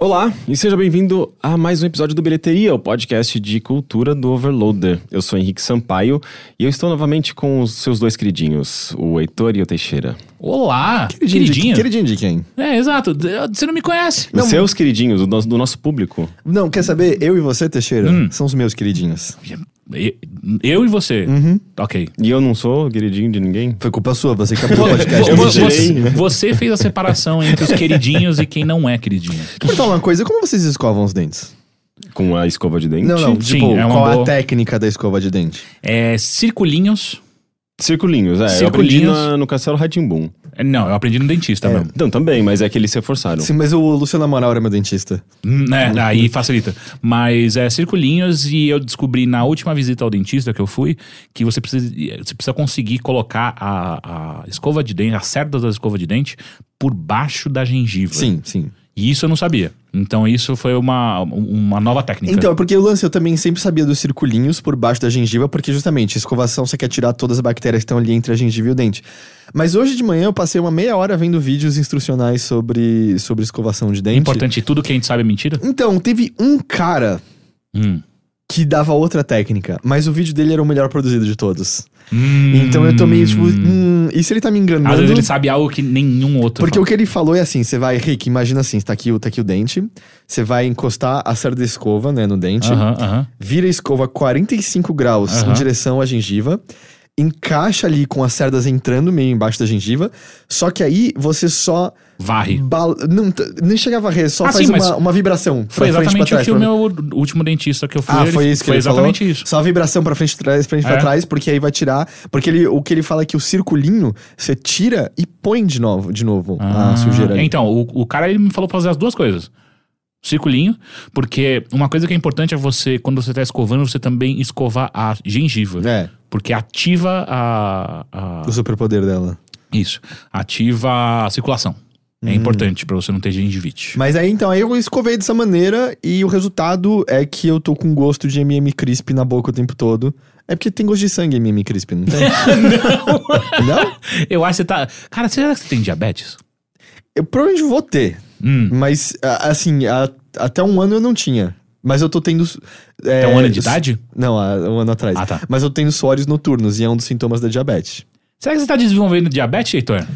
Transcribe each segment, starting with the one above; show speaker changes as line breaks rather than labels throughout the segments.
Olá e seja bem-vindo a mais um episódio do Bilheteria, o podcast de cultura do Overloader. Eu sou Henrique Sampaio e eu estou novamente com os seus dois queridinhos, o Heitor e o Teixeira.
Olá,
Queridinho de-
queridinho.
Queridinho de quem?
É, exato. D- Você não me conhece.
Os seus queridinhos, do nosso, do nosso público.
Não, quer saber? Eu e você, Teixeira,
Hum.
são os meus queridinhos.
Eu, eu e você. Ok.
E eu não sou queridinho de ninguém.
Foi culpa sua, você que acabou o podcast.
Vo-
eu
vo-
me
Você,
tirei.
você fez a separação entre os queridinhos e quem não é queridinho.
Vou falar uma coisa, como vocês escovam os dentes?
Com a escova de dente.
Não, não,
Sim,
tipo,
é uma
qual
boa.
a técnica da escova de dente?
É, circulinhos.
Circulinhos, é. Eu aprendi
Circulinhos.
na- no Castelo Ratimbum.
É, Não, eu aprendi no dentista mesmo.
Não, também, mas é que eles se reforçaram.
Sim, mas o Luciano Amaral era meu dentista.
Né, aí facilita. Mas é circulinhos e eu descobri na última visita ao dentista que eu fui que você precisa, você precisa conseguir colocar a, a escova de dente, as cerdas da escova de dente, por baixo da gengiva.
Sim, sim.
E isso eu não sabia. Então isso foi uma, uma nova técnica.
Então, é porque o lance eu também sempre sabia dos circulinhos por baixo da gengiva, porque justamente escovação você quer tirar todas as bactérias que estão ali entre a gengiva e o dente. Mas hoje de manhã eu passei uma meia hora vendo vídeos instrucionais sobre, sobre escovação de dente.
Importante, tudo que a gente sabe é mentira?
Então, teve um cara
Hum.
que dava outra técnica, mas o vídeo dele era o melhor produzido de todos. Então eu tô meio tipo, hum, e se ele tá me enganando?
Hum. Às vezes ele sabe algo que nenhum outro
Porque o
fala.
que ele falou é assim, você vai, Rick, imagina assim, tá aqui, o- tá aqui o dente, você vai encostar a cerda da escova, né, no dente,
Aham, aham.
vira a escova 45 graus
Aham.
em direção à gengiva, encaixa ali com as cerdas entrando meio embaixo da gengiva, só que aí você só
Varre.
bal- não, t- nem chega a varrer, só
Ah,
faz
sim, mas
uma, uma vibração pra
Foi
frente pra
exatamente o
trás.
que o
pra-
meu último dentista que eu fui.
Ah,
ele-
foi isso que
Foi
ele
exatamente
falou?
isso.
Só a vibração pra frente, trás, frente
É.
pra trás, porque aí vai tirar. Porque ele, o que ele fala é que o circulinho você tira e põe de novo, de novo a Ah, sujeira ali.
Então, o, o cara ele me falou pra fazer as duas coisas. Circulinho, porque uma coisa que é importante é você, quando você tá escovando, você também escovar a gengiva.
É,
Porque ativa a- a,
o superpoder dela.
Isso. Ativa a circulação.
Hum.
É importante pra você não ter gengivite.
Mas aí então, aí eu escovei dessa maneira e o resultado é que eu tô com gosto de MM Crisp na boca o tempo todo. É porque tem gosto de sangue MM Crisp, não tem? não. não?
Eu acho que você tá. Cara, será que você tem diabetes?
Eu provavelmente vou ter,
Hum.
mas a- assim, a- até um ano eu não tinha. Mas eu tô tendo.
É,
É,
um ano de
s-
idade?
Não, há um ano atrás.
Ah, tá.
Mas eu tenho suores noturnos e é um dos sintomas da diabetes.
Será que você tá desenvolvendo diabetes, Heitor?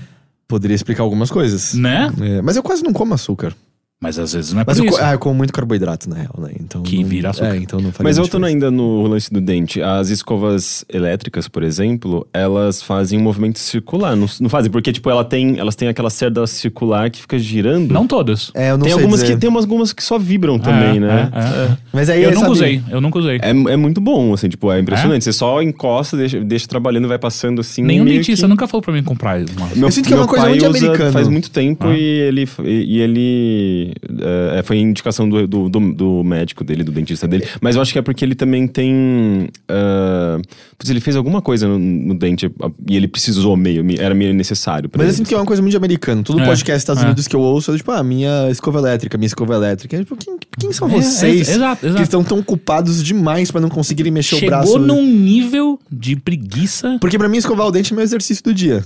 Poderia explicar algumas coisas.
Né?
É, mas eu quase não como açúcar.
Mas às vezes não é por
Mas eu, co-
isso.
ah, eu como muito carboidrato, na real, né? Então
Que
não-
vira açúcar.
É, então não faria
Mas
muita
voltando
diferença.
ainda no lance do dente, as escovas elétricas, por exemplo, elas fazem um movimento circular, não, não fazem? Porque, tipo, ela tem, elas têm aquela cerda circular que fica girando.
Não todas.
É, eu não
tem
sei
algumas
dizer.
que tem umas algumas que só vibram também,
É,
né?
é, é.
Mas aí
Eu
é,
nunca
sabe,
usei, eu nunca usei.
É, é muito bom, assim, tipo, é impressionante. Você só encosta, deixa, deixa trabalhando, vai passando assim.
Nenhum
meio
dentista
que...
nunca falou pra mim comprar uma.
Meu,
Eu sinto que é
meu
uma coisa
pai
muito
usa
americana.
Faz muito tempo e ele. E, e ele é, foi indicação do, do, do- do médico dele, do dentista dele. Mas eu acho que é porque ele também tem. ah, putz, ele fez alguma coisa no, no dente ah, e ele precisou meio. me- Era meio necessário. pra
Mas eu
ele.
sinto que é uma coisa muito de americano. Todo
É,
podcast dos Estados
é.
Unidos que eu ouço é tipo, ah, minha escova elétrica, minha escova elétrica. É, tipo, quem, quem são
É, ex-
vocês
exato,
que
exato.
estão tão ocupados demais pra não conseguirem mexer
Chegou
o braço?
num nível de preguiça.
Porque pra mim escovar o dente é meu exercício do dia.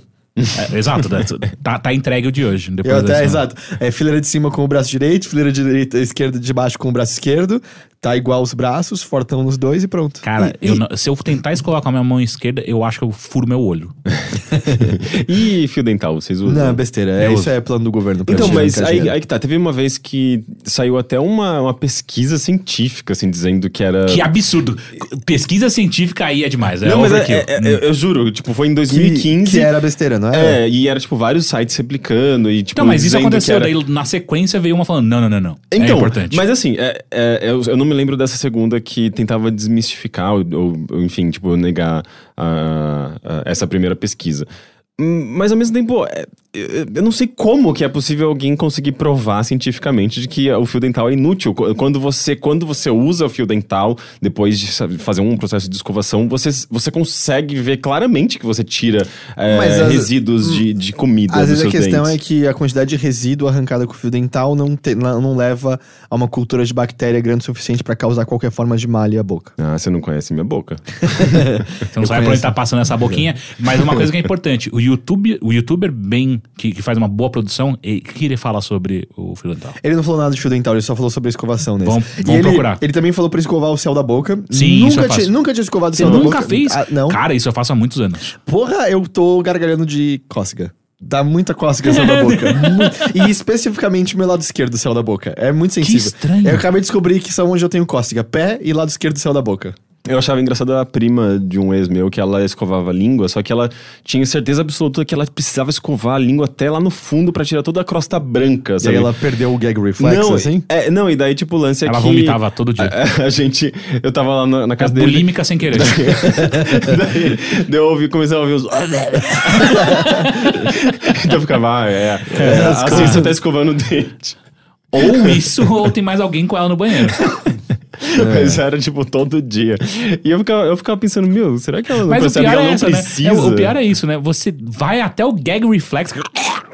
É, exato, né? tá, tá entregue o de hoje. Depois
Eu até,
dessa-
exato. É fileira de cima com o braço direito, fileira de direita, esquerda de baixo com o braço esquerdo. Tá igual os braços, fortão nos dois e pronto.
Cara, eu não- se eu tentar escovar com a minha mão esquerda, eu acho que eu furo meu olho.
E fio dental, vocês usam?
Não, besteira. É,
Eu
isso é plano do governo. pra
Então,
gente
mas
arrancar
aí,
dinheiro.
aí que tá. Teve uma vez que saiu até uma, uma pesquisa científica, assim, dizendo que era.
Que absurdo. Pesquisa científica aí é demais. É
não, mas é-
overkill.
é- é- eu, eu juro, tipo, foi em 2015.
Que, que era besteira, não é?
É, e era, tipo, vários sites replicando e, tipo,
Então, mas isso
dizendo que
aconteceu.
era-
Daí na sequência veio uma falando: não, não, não, não. é
Então,
importante.
mas assim, é- é- eu, eu não me lembro dessa segunda que tentava desmistificar, ou, ou, enfim, tipo, negar a- a- essa primeira pesquisa. Hum, Mas ao mesmo tempo, é, eu eu não sei como que é possível alguém conseguir provar cientificamente de que o fio dental é inútil. Qu- Quando você, quando você usa o fio dental, depois de sabe, fazer um processo de escovação, você, você consegue ver claramente que você tira é,
Mas as-
resíduos de, de comida dos
Às vezes a
seus
questão
dentes.
é que a quantidade de resíduo arrancada com o fio dental não, te- não não leva a uma cultura de bactéria grande o suficiente pra causar qualquer forma de malha à boca.
Ah, você não conheece minha boca.
Você não sabe pra onde
conheço.
tá passando essa boquinha. Mas uma coisa que é importante: o, YouTube, o youtuber bem, que, que faz uma boa produção, e que ele fala sobre o fio dental?
Ele não falou nada de fio dental, ele só falou sobre a escovação nesse.
Vamos-
E
vamos
ele,
procurar.
Ele também falou pra escovar o céu da boca.
Sim, isso
nunca
eu faço.
tinha, nunca tinha escovado o
Você
céu da boca.
nunca fez?
Ah, não.
Cara, isso eu faço há muitos anos.
Porra, eu tô gargalhando de cócega. Dá muita cócega no céu da boca. Muito. E especificamente meu lado esquerdo do céu da boca. É muito sensível.
estranho.
Eu acabei de descobrir que são onde eu tenho cócega. Pé e lado esquerdo do céu da boca.
Eu achava engraçado a prima de um ex meu que ela escovava a língua, só que ela tinha certeza absoluta que ela precisava escovar a língua até lá no fundo pra tirar toda a crosta branca,
E aí
sabe?
ela perdeu o gag reflex,
não,
assim?
é, não, e daí tipo o lance é
Ela
que
vomitava todo dia.
A, a gente eu tava lá na, na
É
casa dele.
bulímica sem querer.
Daí deu ouvi, comecei a ouvir os. então eu ficava, ah, é. é, assim você tá escovando o dente.
ou isso, ou tem mais alguém com ela no banheiro.
É.
Mas era tipo todo dia. E eu ficava, eu ficava pensando, meu, será que ela não
Mas o
percebe?
pior
Ela
é
não
essa, né?
precisa.
É, o pior é isso, né? Você vai até o gag reflex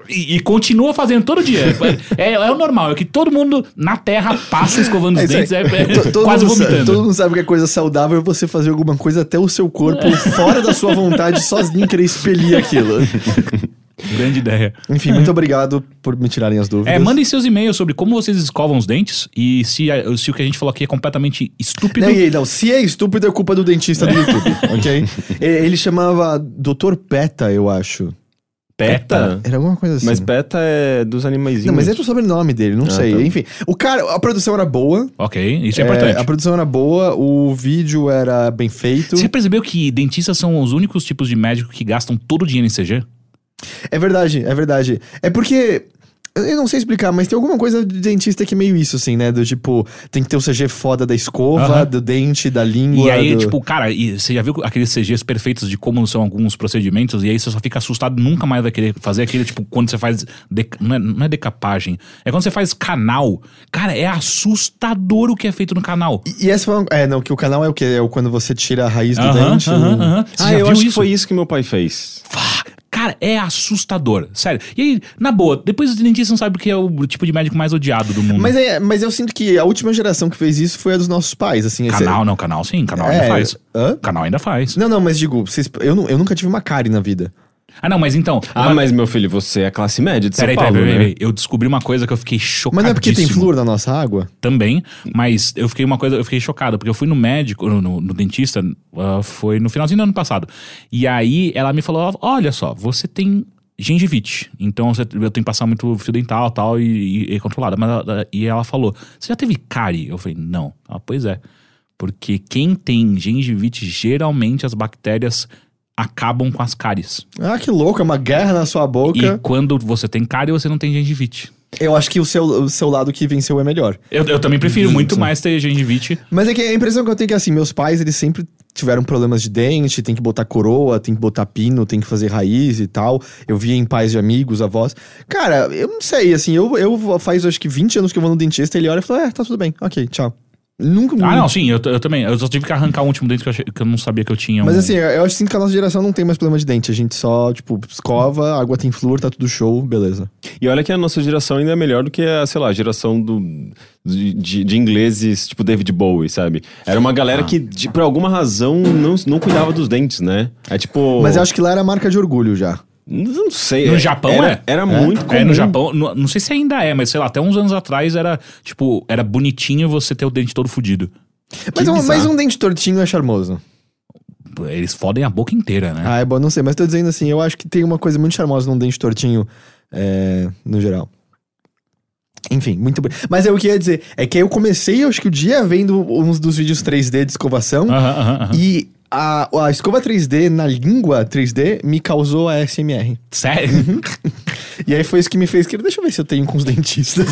e, e continua fazendo todo dia. É, é o normal, é que todo mundo na Terra passa escovando os
É isso aí.
dentes, é, é
To- todo
quase
mundo Sabe,
vomitando.
todo mundo sabe que é coisa saudável é você fazer alguma coisa até o seu corpo fora da sua vontade, sozinho querer expelir aquilo.
Grande ideia.
Enfim, muito obrigado por me tirarem as dúvidas.
É, mandem seus e-mails sobre como vocês escovam os dentes e se, a- se o que a gente falou aqui é completamente estúpido.
Não, e aí, não, se é estúpido, é culpa do dentista do YouTube, ok? E- Ele chamava Dr. Peta, eu acho.
Peta?
Era alguma coisa assim.
Mas peta é dos
Não,
animaizinhos.
mas entra o sobrenome dele, não sei.
tá.
Enfim, o cara, a produção era boa.
Ok, isso Ah, é,
É,
importante.
A produção era boa, o vídeo era bem feito.
Você percebeu que dentistas são os únicos tipos de médico que gastam todo o dinheiro em CG?
É verdade, é verdade. É porque. Eu não sei explicar, mas tem alguma coisa de dentista que é meio isso, assim, né? Do tipo, tem que ter o CG foda da escova,
Aham.
do dente, da língua.
E aí,
do-
tipo, cara, e você já viu aqueles CGs perfeitos de como são alguns procedimentos? E aí você só fica assustado, nunca mais vai querer fazer aquele, tipo, quando você faz. dec- Não, é, não é decapagem, é quando você faz canal. Cara, é assustador o que é feito no canal.
E, e essa foi uma... É, não, que o canal é o quê? É o quando você tira a raiz do
Aham,
dente.
aham, aham. Você
Ah,
já
eu
viu
acho que
isso?
foi isso que meu pai fez.
Fá! Cara, é assustador, sério. E aí, na boa, depois os dentistas não sabem o que é o tipo de médico mais odiado do mundo.
Mas, é, mas eu sinto que a última geração que fez isso foi a dos nossos pais, assim. esse-
Canal, não, canal sim, canal
É,
ainda faz.
hã?
Canal ainda faz.
Não, não, mas digo, vocês, eu, nu- eu nunca tive uma cárie na vida.
Ah, não, mas então.
Ah,
uma-
mas meu filho, você é classe média de São
Peraí, peraí,
Paulo,
peraí,
né?
peraí. Eu descobri uma coisa que eu fiquei chocado.
Mas não é porque tem flúor na nossa água?
também, mas eu fiquei uma coisa, eu fiquei chocado, porque eu fui no médico, no, no- no dentista, ah, foi no finalzinho do ano passado. E aí ela me falou: olha só, você tem gengivite, então você, eu tenho que passar muito fio dental tal, e, e, e controlada. Mas, ela- e ela falou: você já teve cárie? Eu falei, não. Ela, pois é. Porque quem tem gengivite, geralmente as bactérias acabam com as cáries.
Ah, que louco, é uma guerra na sua
E
boca.
quando você tem cárie, você não tem gengivite.
Eu acho que o seu, o seu lado que venceu é melhor.
Eu, eu também prefiro muito mais ter gengivite
Mas é que a impressão que eu tenho é que, assim, meus pais, eles sempre tiveram problemas de dente, tem que botar coroa, tem que botar pino, tem que fazer raiz e tal. Eu via em pais de amigos, avós. Cara, eu não sei, assim, eu, eu faz acho que 20 anos que eu vou no dentista, ele olha e fala, é, tá tudo bem, ok, tchau. Nunca...
Ah, não, sim, eu, t- eu também. Eu só tive que arrancar o último dente que eu, achei- que eu não sabia que eu tinha. um-
Mas assim, eu, eu acho que a nossa geração não tem mais problema de dente. A gente só, tipo, escova, a água tem flúor, tá tudo show, beleza.
E olha que a nossa geração ainda é melhor do que a, sei lá, a geração do, de, de- de ingleses, tipo David Bowie, sabe? Era uma
Ah.
galera que, de- por alguma razão, não, não cuidava dos dentes, né? É tipo.
Mas eu acho que lá era marca de orgulho já.
Não sei.
No
é-
Japão
era,
é.
Era muito comum.
É, no Japão, no- não sei se ainda é, mas sei lá, até uns anos atrás era, tipo, era bonitinho você ter o dente todo fudido.
Mas um,
bizarro.
mas um dente tortinho é charmoso.
Eles fodem a boca inteira, né?
Ah, é bom, não sei. Mas tô dizendo assim, eu acho que tem uma coisa muito charmosa num dente tortinho, é, no geral. Enfim, muito bem. Mas é o que eu ia dizer, é que eu comecei, eu acho que o dia, vendo uns dos vídeos 3D de escovação.
Aham, aham, aham.
Ah, E a, a escova 3D na língua 3D me causou a SMR. Uhum.
Sério?
E aí foi isso que me fez querer. Deixa eu ver se eu tenho com os dentistas.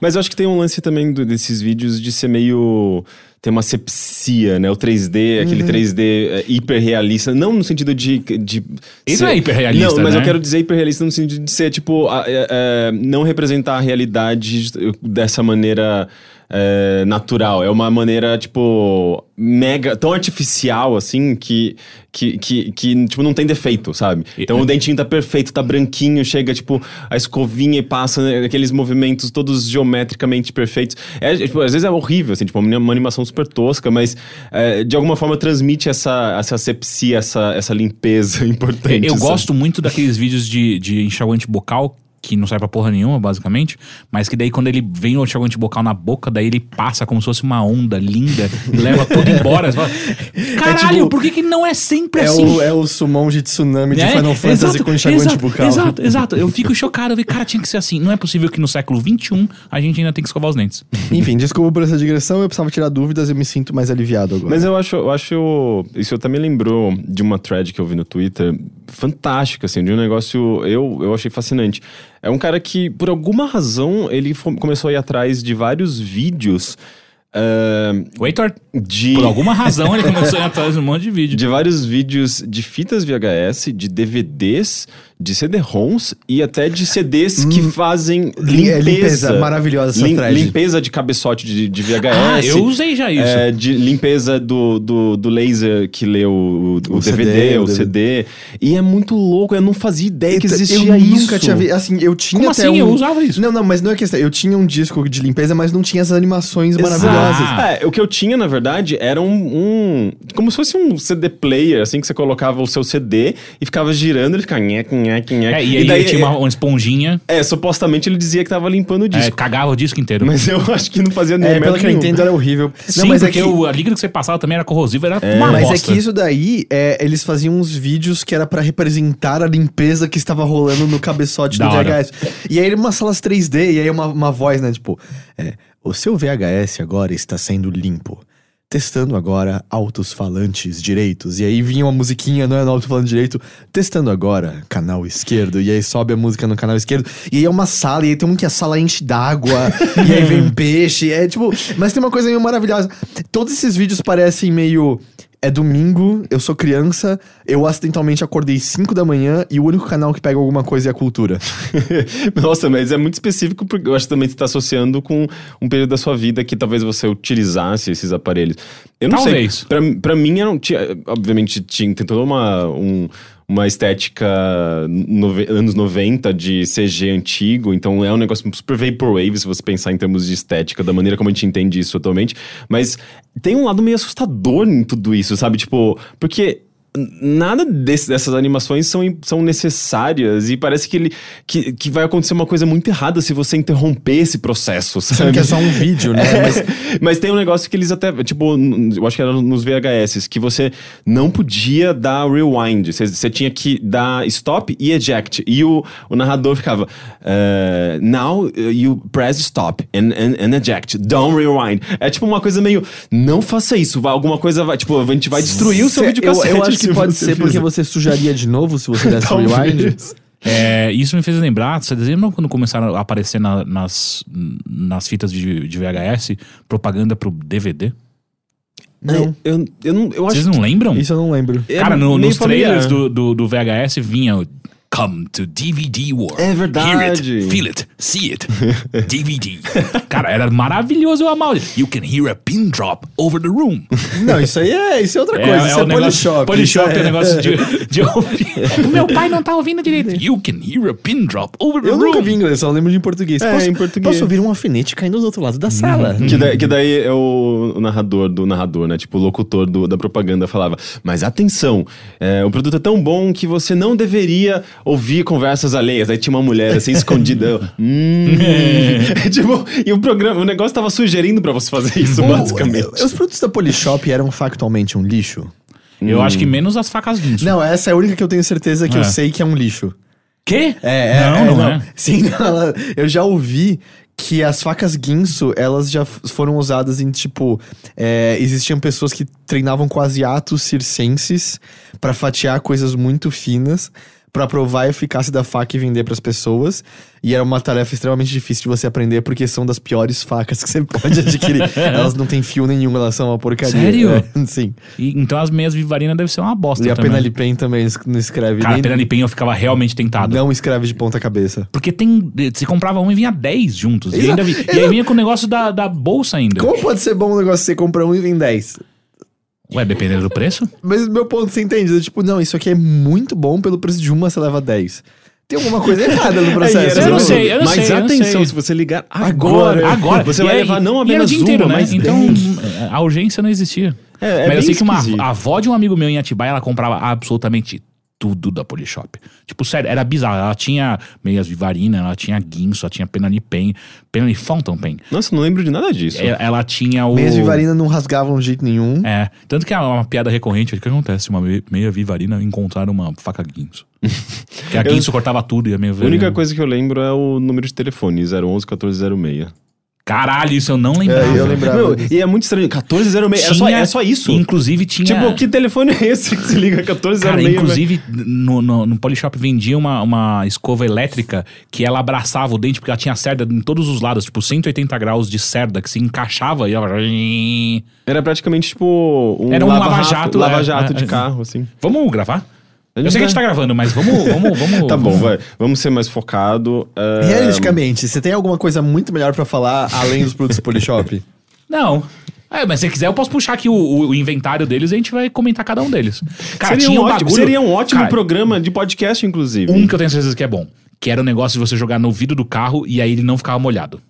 Mas eu acho que tem um lance também do- desses vídeos de ser meio. Tem uma sepsia, né? O 3D, aquele
Uhum.
3D é, hiperrealista. Não no sentido de. de
Isso é hiperrealista,
Não, mas
né?
eu quero dizer hiperrealista no sentido de ser, tipo, a- é- é, não representar a realidade dessa maneira. é, natural. É uma maneira, tipo, mega, tão artificial, assim, que, que, que, que, tipo, não tem defeito, sabe?
é
Então o dentinho tá perfeito, tá branquinho, chega, tipo, a escovinha e passa né, aqueles movimentos todos geometricamente perfeitos. É, tipo, às vezes é horrível, assim, tipo, uma uma animação super tosca, mas é, de alguma forma transmite essa, essa asepsia, essa, essa limpeza importante.
Eu
sabe?
gosto muito daqueles vídeos de, de enxaguante bocal, que não sai pra porra nenhuma, basicamente, mas que daí quando ele vem o enxaguante bocal na boca, daí ele passa como se fosse uma onda linda e leva tudo embora. Você fala, Caralho,
tipo,
por que, que não é sempre
É
assim?
o, é o sumão de tsunami de
Né?
Final Fantasy
Exato,
com enxaguante
exato,
bucal.
Exato, exato. Eu fico chocado. Eu vi, cara, tinha que ser assim. Não é possível que no século XXI a gente ainda tem que escovar os dentes.
Enfim, desculpa por essa digressão, eu precisava tirar dúvidas, eu me sinto mais aliviado agora.
Mas eu acho, eu acho. Isso até me lembrou de uma thread que eu vi no Twitter fantástica, assim, de um negócio eu, eu achei fascinante. É um cara que, por alguma razão, ele fo- começou a ir atrás de vários vídeos ah,
O Heitor,
de.
por alguma razão, ele começou a ir atrás de um monte de vídeo.
De vários vídeos de fitas VHS, de DVDs, de CD-ROMs e até de CDs que fazem
Li-
limpeza.
é, limpeza, maravilhosa essa
Lim-
thread.
Limpeza de cabeçote de, de
é,
VHS.
Ah, eu usei já isso.
É, de limpeza do, do, do laser que lê o, o,
O
DVD,
CD,
o
o
CD. E é muito louco, eu não fazia ideia é que
Eu
existia isso.
nunca tinha visto. Assim, eu tinha
Como
até
assim?
um-
Eu usava isso.
Não, não, mas não é questão. Eu tinha um disco de limpeza, mas não tinha essas animações maravilhosas.
Ah.
É, o que eu tinha, na verdade, era um, um- Como se fosse um CD player, assim, que você colocava o seu CD e ficava girando, ele ficava. Nhec, nhec, nhec.
É, e aí ele tinha uma, uma esponjinha,
É, supostamente ele dizia que tava limpando o
é,
disco.
cagava o disco inteiro.
Mas eu acho que não fazia nem
É,
merda
pelo que eu
nenhuma.
entendo, era horrível.
Sim,
não, mas é
porque
que
o- a líquido que você passava também era corrosivo, era uma
Mas é
bosta.
que isso daí, é, eles faziam uns vídeos que era pra representar a limpeza que estava rolando no cabeçote
Da
do
hora.
VHS. E aí umas salas 3D, e aí uma, uma voz, né? Tipo, é, o seu VHS agora está sendo limpo. Testando agora altos falantes direitos. E aí vinha uma musiquinha, não é no alto falante direito. Testando agora, canal esquerdo. E aí sobe a música no canal esquerdo. E aí é uma sala, e aí tem um que a sala enche d'água. e aí vem peixe. É tipo. Mas tem uma coisa meio maravilhosa. Todos esses vídeos parecem meio. É domingo, eu sou criança, eu acidentalmente acordei 5 da manhã e o único canal que pega alguma coisa é a cultura.
Nossa, mas é muito específico, porque eu acho que também você está associando com um período da sua vida que talvez você utilizasse esses aparelhos. Eu não
Talvez.
sei. Pra, pra mim, era um, tinha, obviamente, tinha, tem toda uma, um- uma estética nove- anos 90 de CG antigo, então é um negócio super vaporwave, se você pensar em termos de estética, da maneira como a gente entende isso atualmente. Mas tem um lado meio assustador em tudo isso, sabe? Tipo, porque nada desse- dessas animações são, im- são necessárias e parece que ele que, que vai acontecer uma coisa muito errada se você interromper esse processo,
Sendo
sabe?
que é só um vídeo, né?
É,
Mas
mas, mas tem um negócio que eles até, tipo, n- eu acho que era nos VHS, que você não podia dar rewind. Você- Você tinha que dar stop e eject. E o, o narrador ficava, eh, now you press stop and, and, and eject, don't rewind. É tipo uma coisa meio, não faça isso, vai, alguma coisa vai, tipo, a gente vai destruir o seu
Cê-
vídeo
é- eu, eu acho que pode ser porque você sujaria de novo se você desse
Talvez.
rewind.
É, isso me fez lembrar, vocês lembram quando começaram a aparecer na- nas, nas fitas de, de VHS propaganda pro DVD?
Não.
É, Eu, eu não, eu acho
Vocês não lembram?
Isso eu não lembro.
que- é
Cara, no-
meio
nos trailers
familiar.
do, do, do VHS vinha o Come to DVD War.
É verdade.
Hear it, feel it, see it. DVD. Cara, era maravilhoso eu amava. You can hear a pin drop over the room.
Não, isso aí é, isso é outra coisa. isso é,
o negócio-
Polishop.
Polishop
isso
é o negócio de, de ouvir. o meu pai não tá ouvindo direito. You can hear a pin drop over the
é- Eu
room.
nunca vi em inglês, só lembro de em português.
É,
posso,
em português.
posso ouvir um alfinete caindo do outro lado
Uhum.
da sala.
Que, da- que daí é o, o narrador do narrador, né? Tipo, o locutor do- da propaganda falava. Mas atenção, é, o produto é tão bom que você não deveria ouvir conversas alheias. Aí tinha uma mulher assim, escondida. eu, Hum.
É.
tipo, e o programa, o negócio tava sugerindo pra você fazer isso, basicamente.
Tipo, Os produtos da Polishop eram factualmente um lixo?
Eu acho que menos as facas vindas.
Não, essa é a única que eu tenho certeza que
É.
eu sei que é um lixo.
Quê?
É, é,
não,
é,
não, é.
Sim, não, ela- eu já ouvi que as facas Guinso, elas já f- foram usadas em, tipo... é, existiam pessoas que treinavam quase atos circenses pra fatiar coisas muito finas pra provar a eficácia da faca e vender pras pessoas. E era uma tarefa extremamente difícil de você aprender, porque são das piores facas que você pode adquirir. elas não têm fio nenhum, elas são uma porcaria.
É. Sério?
É, sim.
E- então as meias Vivarina deve ser uma bosta
E a
também.
Penalipen também es- não escreve
Cara, a
nem.
Penalipen eu ficava realmente tentado.
não escreve de ponta cabeça.
Porque tem. Você comprava um e vinha 10 juntos. E,
Exa-
ainda vi- e aí vinha com o negócio da, da bolsa ainda.
Como pode ser bom um negócio que você compra um e vem 10?
Ué, dependendo do preço?
Mas meu ponto, você entende? Eu, tipo, não, isso aqui é muito bom, pelo preço de uma você leva 10. Tem alguma coisa errada no processo.
eu não
né?
sei, eu não
assim, Mas
sei, eu não
atenção,
sei.
se você ligar agora,
Agora.
você
E
vai
aí-
levar não
e era o
apenas
dia
uma,
inteiro,
mas
Então,
dez.
a urgência não existia.
É, é
Mas eu
bem
sei que uma
esquisito.
a avó de um amigo meu em Atibaia, ela comprava absolutamente tudo da Polishop. Tipo, sério, era bizarro. Ela tinha meias vivarina, ela tinha guinso, ela tinha penalipen, penali fountain pen.
Nossa, não lembro de nada disso.
Ela, ela tinha o...
Meias Vivarina não rasgavam de jeito nenhum.
É, tanto que é uma piada recorrente. O que acontece se uma me- meia vivarina encontrar uma faca guinso? Porque a
Eu-
guinso cortava tudo e a meia
A única
vivarina...
coisa que eu lembro é o número de telefone, 011 1406.
Caralho, isso eu não
É,
lembrava.
eu lembrava.
Não, e é muito estranho, 1406, é só,
Tinha-
é só isso.
Inclusive tinha...
Tipo, que né? telefone é esse que se liga 1406?
Cara,
velho?
inclusive, no, no, no Polishop vendia uma, uma escova elétrica que ela abraçava o dente, porque ela tinha cerda em todos os lados, tipo 180 graus de cerda que se encaixava e ela.
Era praticamente tipo um
Era um
lava-jato
lava-jato, é,
lava-jato
é,
de
é.
carro, assim.
Vamos gravar? Eu sei que a gente tá gravando, mas vamos. vamos, vamos
Tá bom, vai. Vamos ser mais focado. é,
Realisticamente, você tem alguma coisa muito melhor pra falar além dos produtos Polishop?
Não. É, mas se quiser, eu posso puxar aqui o, o- o inventário deles e a gente vai comentar cada um deles. Cara,
seria,
tinha
um
um
ótimo,
bagulho.
seria um ótimo
Cara,
programa de podcast, inclusive.
Um que eu tenho certeza que é bom. Que era o negócio de você jogar no vidro do carro e aí ele não ficava molhado.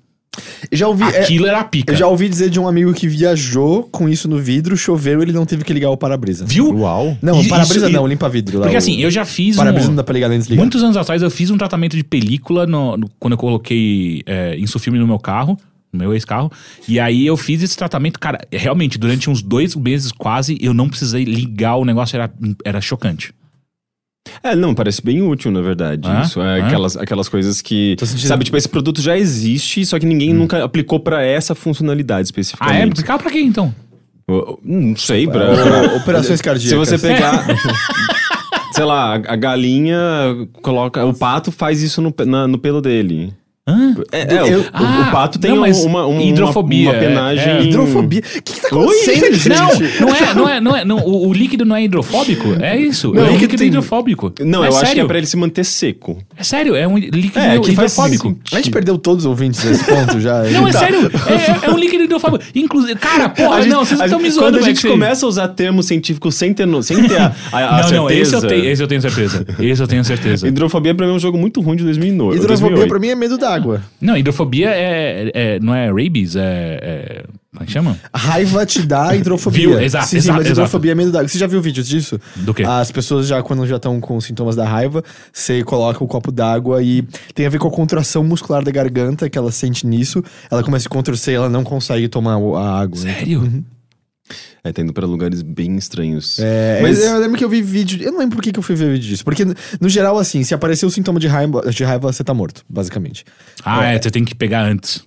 Eu já ouvi. é,
Aquilo era a pica.
eu já ouvi dizer de um amigo que viajou com isso no vidro, choveu ele não teve que ligar o para-brisa.
Viu?
Uau.
Não,
E-
o para-brisa
isso-
não, limpa vidro. lá,
Porque
o-
assim, eu já fiz.
Para-brisa
um-
não dá pra ligar nem desligar.
Muitos anos atrás eu fiz um tratamento de película no- no- quando eu coloquei é, insufilme no meu carro, no meu ex-carro. E aí eu fiz esse tratamento, cara, realmente, durante uns dois meses quase, eu não precisei ligar o negócio, era, era chocante.
É, não, parece bem útil, na verdade.
Ah,
Isso é
ah.
aquelas, aquelas coisas que.
Tô sentindo-
Sabe, tipo, esse produto já existe, só que ninguém nunca aplicou pra essa funcionalidade
Hum. Ah, é?
especificamente.
Explicar pra quem então?
Eu- eu Não sei, pra.
O- Operações cardíacas.
Se você pegar. sei lá, a a galinha coloca. O pato faz isso no, pe- na- no pelo dele.
Hã?
É, é, o-
Eu-
o,
Ah,
o pato tem
não, mas
uma, uma,
hidrofobia,
uma
é,
penagem.
é.
Hidrofobia. O que, que tá
Oi?
acontecendo, gente?
Não, não é, não é, não é. não, o, o líquido não é hidrofóbico? É isso.
Não,
é um
líquido
líquido
tem-
hidrofóbico.
Não,
é
eu
sério.
acho que é pra ele se manter seco.
É sério, é um líquido
É, que faz
hidrofóbico.
sentido.
A gente perdeu todos os ouvintes nesse ponto já.
Não, é
Tá.
sério. É, é um líquido hidrofóbico. Inclusive, cara, porra,
A gente-
não, vocês
a
estão me
gente-
zoando,
Quando a
velho,
gente
que vocês-
começa a usar termos científicos sem ter, no- sem ter a, a, a
não, não, esse
certeza.
eu, tenho, esse eu tenho certeza. Esse eu tenho certeza.
Hidrofobia pra mim é um jogo muito ruim de 2009.
Hidrofobia
2008.
pra mim é medo d'água.
Não, hidrofobia é, é- não é rabies, é, é- como é que chama?
Raiva te dá hidrofobia.
Viu? Exato,
sim, sim,
exato,
mas
exato.
hidrofobia é medo d'água. Você já viu vídeos disso?
Do quê?
Ah,
As pessoas já, quando já estão com sintomas da raiva, você coloca o copo d'água e tem a ver com a contração muscular da garganta que ela sente nisso. Ela começa a contracer e ela não consegue tomar o- a água.
Sério?
uhum. É, tá indo pra lugares bem estranhos.
É,
mas
mas eu lembro que eu vi vídeo. Eu não lembro por que que eu fui ver vídeo disso. Porque, no geral, assim, se aparecer o sintoma de raiva, de raiva, você tá morto, basicamente.
Ah, é, você tem que pegar antes.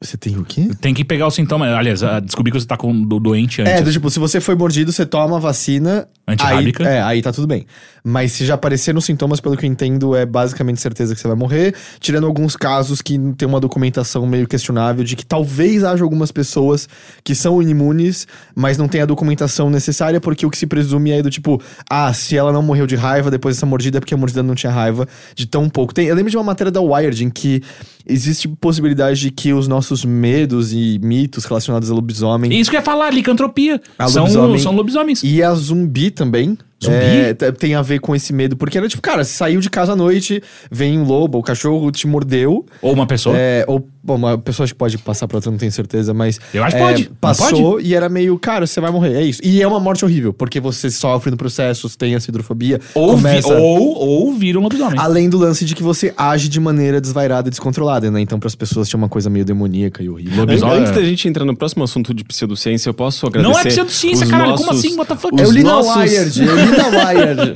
Você tem o quê?
Tem que pegar o sintoma. Aliás, ah, descobrir que você tá com do, doente antes.
É, do tipo, se você foi mordido, você toma a vacina. Aí,
Antirrábica.
é, aí tá tudo bem. Mas se já apareceram sintomas, pelo que eu entendo, é basicamente certeza que você vai morrer. Tirando alguns casos que tem uma documentação meio questionável de que talvez haja algumas pessoas que são imunes, mas não tem a documentação necessária, porque o que se presume é do tipo, ah, se ela não morreu de raiva depois dessa mordida, é porque a mordida não tinha raiva de tão pouco. Tem, eu lembro de uma matéria da Wired em que existe possibilidade de que os nossos medos e mitos relacionados a lobisomem
Isso que eu ia falar, licantropia.
Ah,
são,
lobisomem.
são lobisomens.
e a zumbi também.
Zumbi?
É, t- tem a ver com esse medo. Porque era tipo, cara, você saiu de casa à noite, vem um lobo, o cachorro te mordeu.
Ou uma pessoa.
É, ou, bom, uma pessoa que pode passar pra outra, não tenho certeza, mas.
Eu acho que
é,
pode, não
Passou e era meio, cara, você vai morrer. É isso. E é uma morte horrível, porque você sofre no processo, você tem essa hidrofobia.
ou, vi-
começa-
ou, ou vira um lobisomem.
Além do lance de que você age de maneira desvairada e descontrolada, né? Então, pras pessoas tinha uma coisa meio demoníaca e horrível.
Antes,
Lobisomem.
antes da gente entrar no próximo assunto de pseudociência, eu posso agradecer.
Não é pseudociência,
os
caralho.
Nossos,
Como assim? What the fuck?
os
Eu li na
nossos-
Wired, eu li na Wired.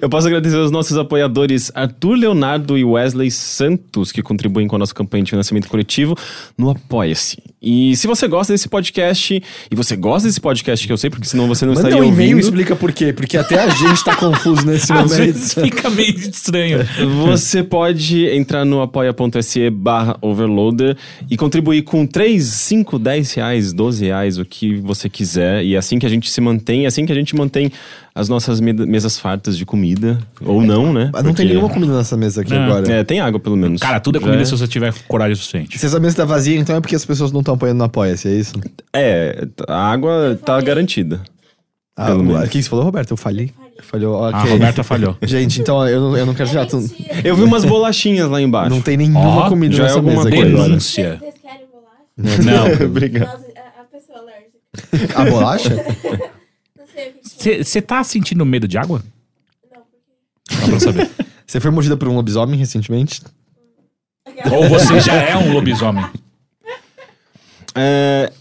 Eu posso agradecer aos nossos apoiadores Arthur Leonardo e Wesley Santos, que contribuem com a nossa campanha de financiamento coletivo no Apoia-se. E se você gosta desse podcast, e você gosta desse podcast que eu sei, porque senão você não
Manda um
estaria
e-mail e
ouvindo.
explica por quê, porque até a gente tá confuso nesse
Às
momento.
vezes fica meio estranho.
Você pode entrar no apoia.se barra overloader e contribuir com 3, 5, 10 reais, 12 reais, o que você quiser. E é assim que a gente se mantém, é assim que a gente mantém as nossas me- mesas fartas de comida. Ou não, né?
Mas Ah, Não
Porque-
tem nenhuma comida nessa mesa aqui
Não.
agora.
É, tem água pelo menos.
Cara, tudo é
Já
comida se você tiver coragem suficiente.
Se essa mesa tá vazia, então é porque as pessoas não estão apoiando no Apoia-se, é isso?
É, a água tá garantida.
Ah,
Pelo
o-
menos.
o que você falou, Roberto? Eu falhei? Falhou, ok.
A Ah, Roberta falhou.
Gente, então eu não, eu não quero
É
já... tu-
mentira.
Eu vi umas bolachinhas lá embaixo.
Não tem nenhuma
Ó,
comida
já é
nessa
alguma
mesa aqui
coisa.
agora.
Denúncia.
Vocês querem bolacha?
Não.
Obrigado.
Nós- a- A pessoa alérgica.
A Ah, bolacha?
Não sei o que que
Você tá sentindo medo de água?
é. Não, porque...
Só pra eu saber.
Você foi mordida por um lobisomem recentemente?
Ou você já é um lobisomem?
É,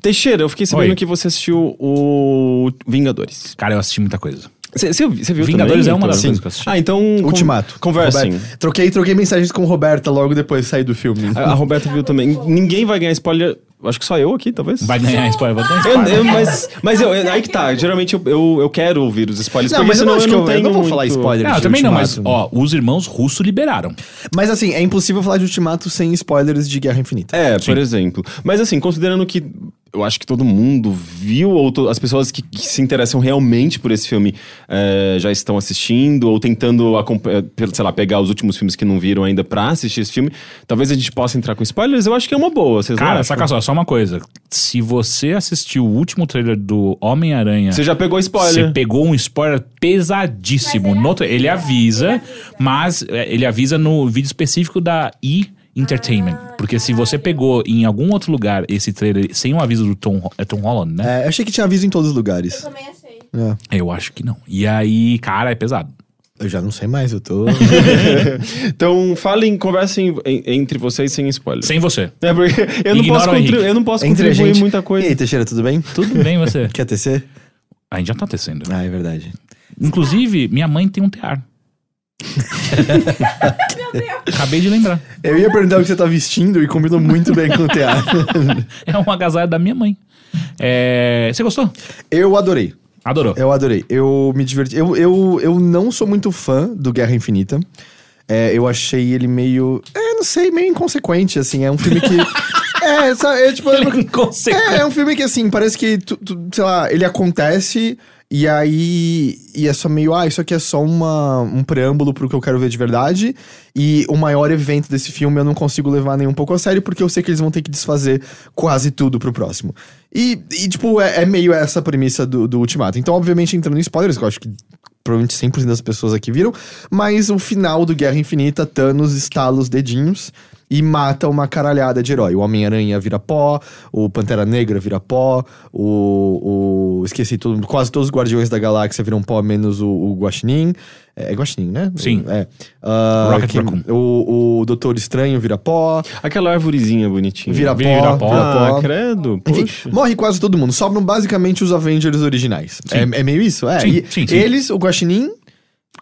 Teixeira, eu fiquei sabendo
Oi.
que você assistiu o Vingadores.
Cara, eu assisti muita coisa.
Você você viu também?
Vingadores é uma
então?
das
Sim.
coisas que eu assisti.
Ah, então. con-
Ultimato.
Conversem.
Roberto- Troquei, troquei mensagens com Roberta logo depois de sair do filme.
A, a Roberta viu também. Ninguém vai ganhar spoiler. Acho que só eu aqui, talvez.
Vai ganhar spoiler, vai ganhar
Eu,
spoiler.
eu- mas mas eu, aí que tá. Geralmente eu, eu, eu quero ouvir os spoilers.
Não,
porque
mas eu
senão
não acho que eu,
tenho
eu não vou
muito-
falar spoiler
Não, eu
de
também não, mas,
Ultimato.
ó, os irmãos russos liberaram.
Mas assim, é impossível falar de Ultimato sem spoilers de Guerra Infinita.
É, por exemplo. Mas assim, considerando que eu acho que todo mundo viu, ou to- as pessoas que, que se interessam realmente por esse filme eh, já estão assistindo, ou tentando, acompa- eh, sei lá, pegar os últimos filmes que não viram ainda pra assistir esse filme, talvez a gente possa entrar com spoilers. Eu acho que é uma boa, vocês não
Cara,
acham?
saca só, só uma coisa. Se você assistiu o último trailer do Homem-Aranha,
Você já pegou
você
spoiler.
pegou um spoiler pesadíssimo.
Mas ele
No tra- Ele avisa,
avisa, ele avisa.
mas é, ele avisa no vídeo específico da E! Entertainment.
Ah,
Porque
tá
se você pegou em algum outro lugar esse trailer sem o aviso do Tom, Ho- é Tom Holland, né?
É, eu achei que tinha aviso em todos os
Eu
lugares.
também achei.
É,
Eu acho que não. E aí, cara, é pesado.
eu já não sei mais, eu tô.
Então falem, conversem em- entre vocês sem spoiler.
Sem você.
É porque eu não, posso
Ignora o Henrique.
contribuir, eu não posso
Entre a
contribuir
gente.
muita
E aí,
coisa.
Teixeira, tudo bem?
Tudo bem, você.
Quer tecer?
A gente já tá tecendo.
Ah, é verdade.
Inclusive, minha mãe tem um tear. Acabei de lembrar.
Eu ia perguntar o que você tá vestindo e combinou muito bem com o teatro.
É um agasalho da minha mãe. É, Você gostou?
Eu adorei.
Adorou.
Eu adorei. Eu me diverti. Eu, eu, eu não sou muito fã do Guerra Infinita. É, eu achei ele meio. É, não sei, meio inconsequente, assim. É um filme que. é, sabe, é tipo.
Inconsequente.
É, é um filme que, assim, parece que, tu- tu- sei lá, ele acontece e aí. E é só meio, ah, isso aqui é só uma, um preâmbulo pro que eu quero ver de verdade. E o maior evento desse filme eu não consigo levar nem um pouco a sério, porque eu sei que eles vão ter que desfazer quase tudo pro próximo. E, e, tipo, é, é meio essa a premissa do, do Ultimato. Então, obviamente, entrando em spoilers, que eu acho que provavelmente 100% das pessoas aqui viram, mas o final do Guerra Infinita, Thanos estala os dedinhos e mata uma caralhada de herói. O Homem-Aranha vira pó, o Pantera Negra vira pó, o... o- esqueci, todo, quase todos os Guardiões da Galáxia viram pó, menos o, o Guaxinim. É, é Guaxinim, né?
Sim.
É. Ah,
Rocket
quem-
Raccoon.
o, o Doutor Estranho vira pó,
Aquela arvorezinha bonitinha.
vira,
Vira
pó,
pó.
vira
Ah,
pó.
credo.
Enfim,
Poxa.
morre quase todo mundo. Sobram basicamente os Avengers originais. É, é meio isso? É.
Sim,
E
sim, sim.
Eles, o Guaxinim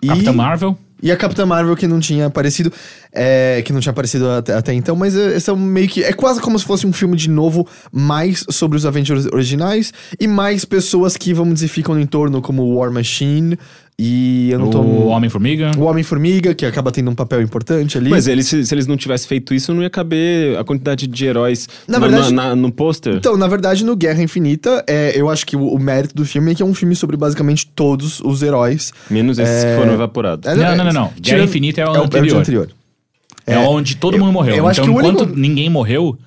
e,
Capitã Marvel.
e a Capitã Marvel que não tinha aparecido. é, que não tinha aparecido até, até então, mas é, esse é um meio que. É quase como se fosse um filme de novo, mais sobre os Avengers originais e mais pessoas que, vamos dizer, ficam no entorno, como o War Machine e eu não tô.
O Homem-Formiga.
O Homem-Formiga, que acaba tendo um papel importante ali.
Mas é- eles, se, se eles não tivessem feito isso, não ia caber a quantidade de heróis
Na
na-
verdade-
na- na- no pôster.
Então, na verdade, no Guerra Infinita, é, eu acho que o, o mérito do filme é que é um filme sobre basicamente todos os heróis.
menos esses
é,
que foram evaporados.
É,
Não, não, não, não. Guerra
Tirando-
Infinita é o
de
anterior. É,
É,
onde todo
eu-
mundo morreu.
eu acho
então,
que o
enquanto
único-
ninguém morreu,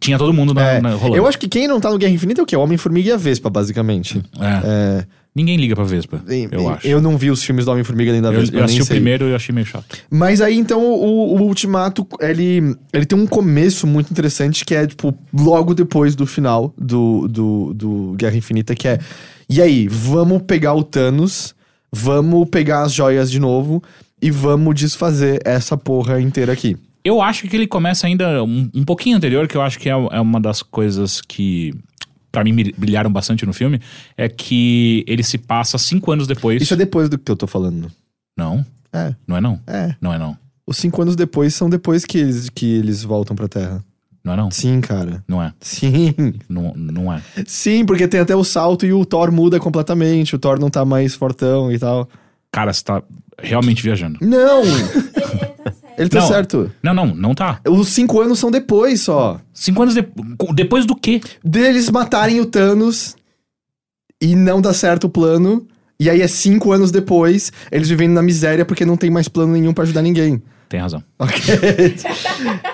tinha todo mundo na,
É,
na- rolando.
eu acho que quem não tá no Guerra Infinita é o quê? O Homem-Formiga e a Vespa, basicamente.
É.
É,
Ninguém liga pra Vespa,
em-
eu
em-
acho.
Eu não vi os filmes do Homem-Formiga nem da
Eu-
Vespa,
eu
eu
assisti
nem
o
sei.
primeiro e eu achei meio chato.
Mas aí, então, o, o Ultimato, ele, ele tem um começo muito interessante, que é, tipo, logo depois do final do, do, do Guerra Infinita, que é... E aí, vamos pegar o Thanos, vamos pegar as joias de novo e vamos desfazer essa porra inteira aqui.
Eu acho que ele começa ainda um, um pouquinho anterior, que eu acho que é, é uma das coisas que, pra mim, bri- brilharam bastante no filme, é que ele se passa cinco anos depois.
Isso é depois do que eu tô falando.
Não,
É,
não é não.
é.
Não é não.
Os cinco anos depois são depois que eles, que eles voltam pra Terra.
Não é não?
Sim, cara.
Não é.
Sim.
Não, não é.
Sim, porque tem até o salto e o Thor muda completamente. O Thor não tá mais fortão e tal.
Cara, você tá realmente viajando.
Não!
Ele, ele tá certo.
Ele tá
Não.
certo.
Não, não, não tá.
Os cinco anos são depois só.
Cinco anos de- depois do quê?
Deles matarem o Thanos e não dá certo o plano. E aí é cinco anos depois, eles vivendo na miséria porque não tem mais plano nenhum pra ajudar ninguém.
Tem razão.
Ok.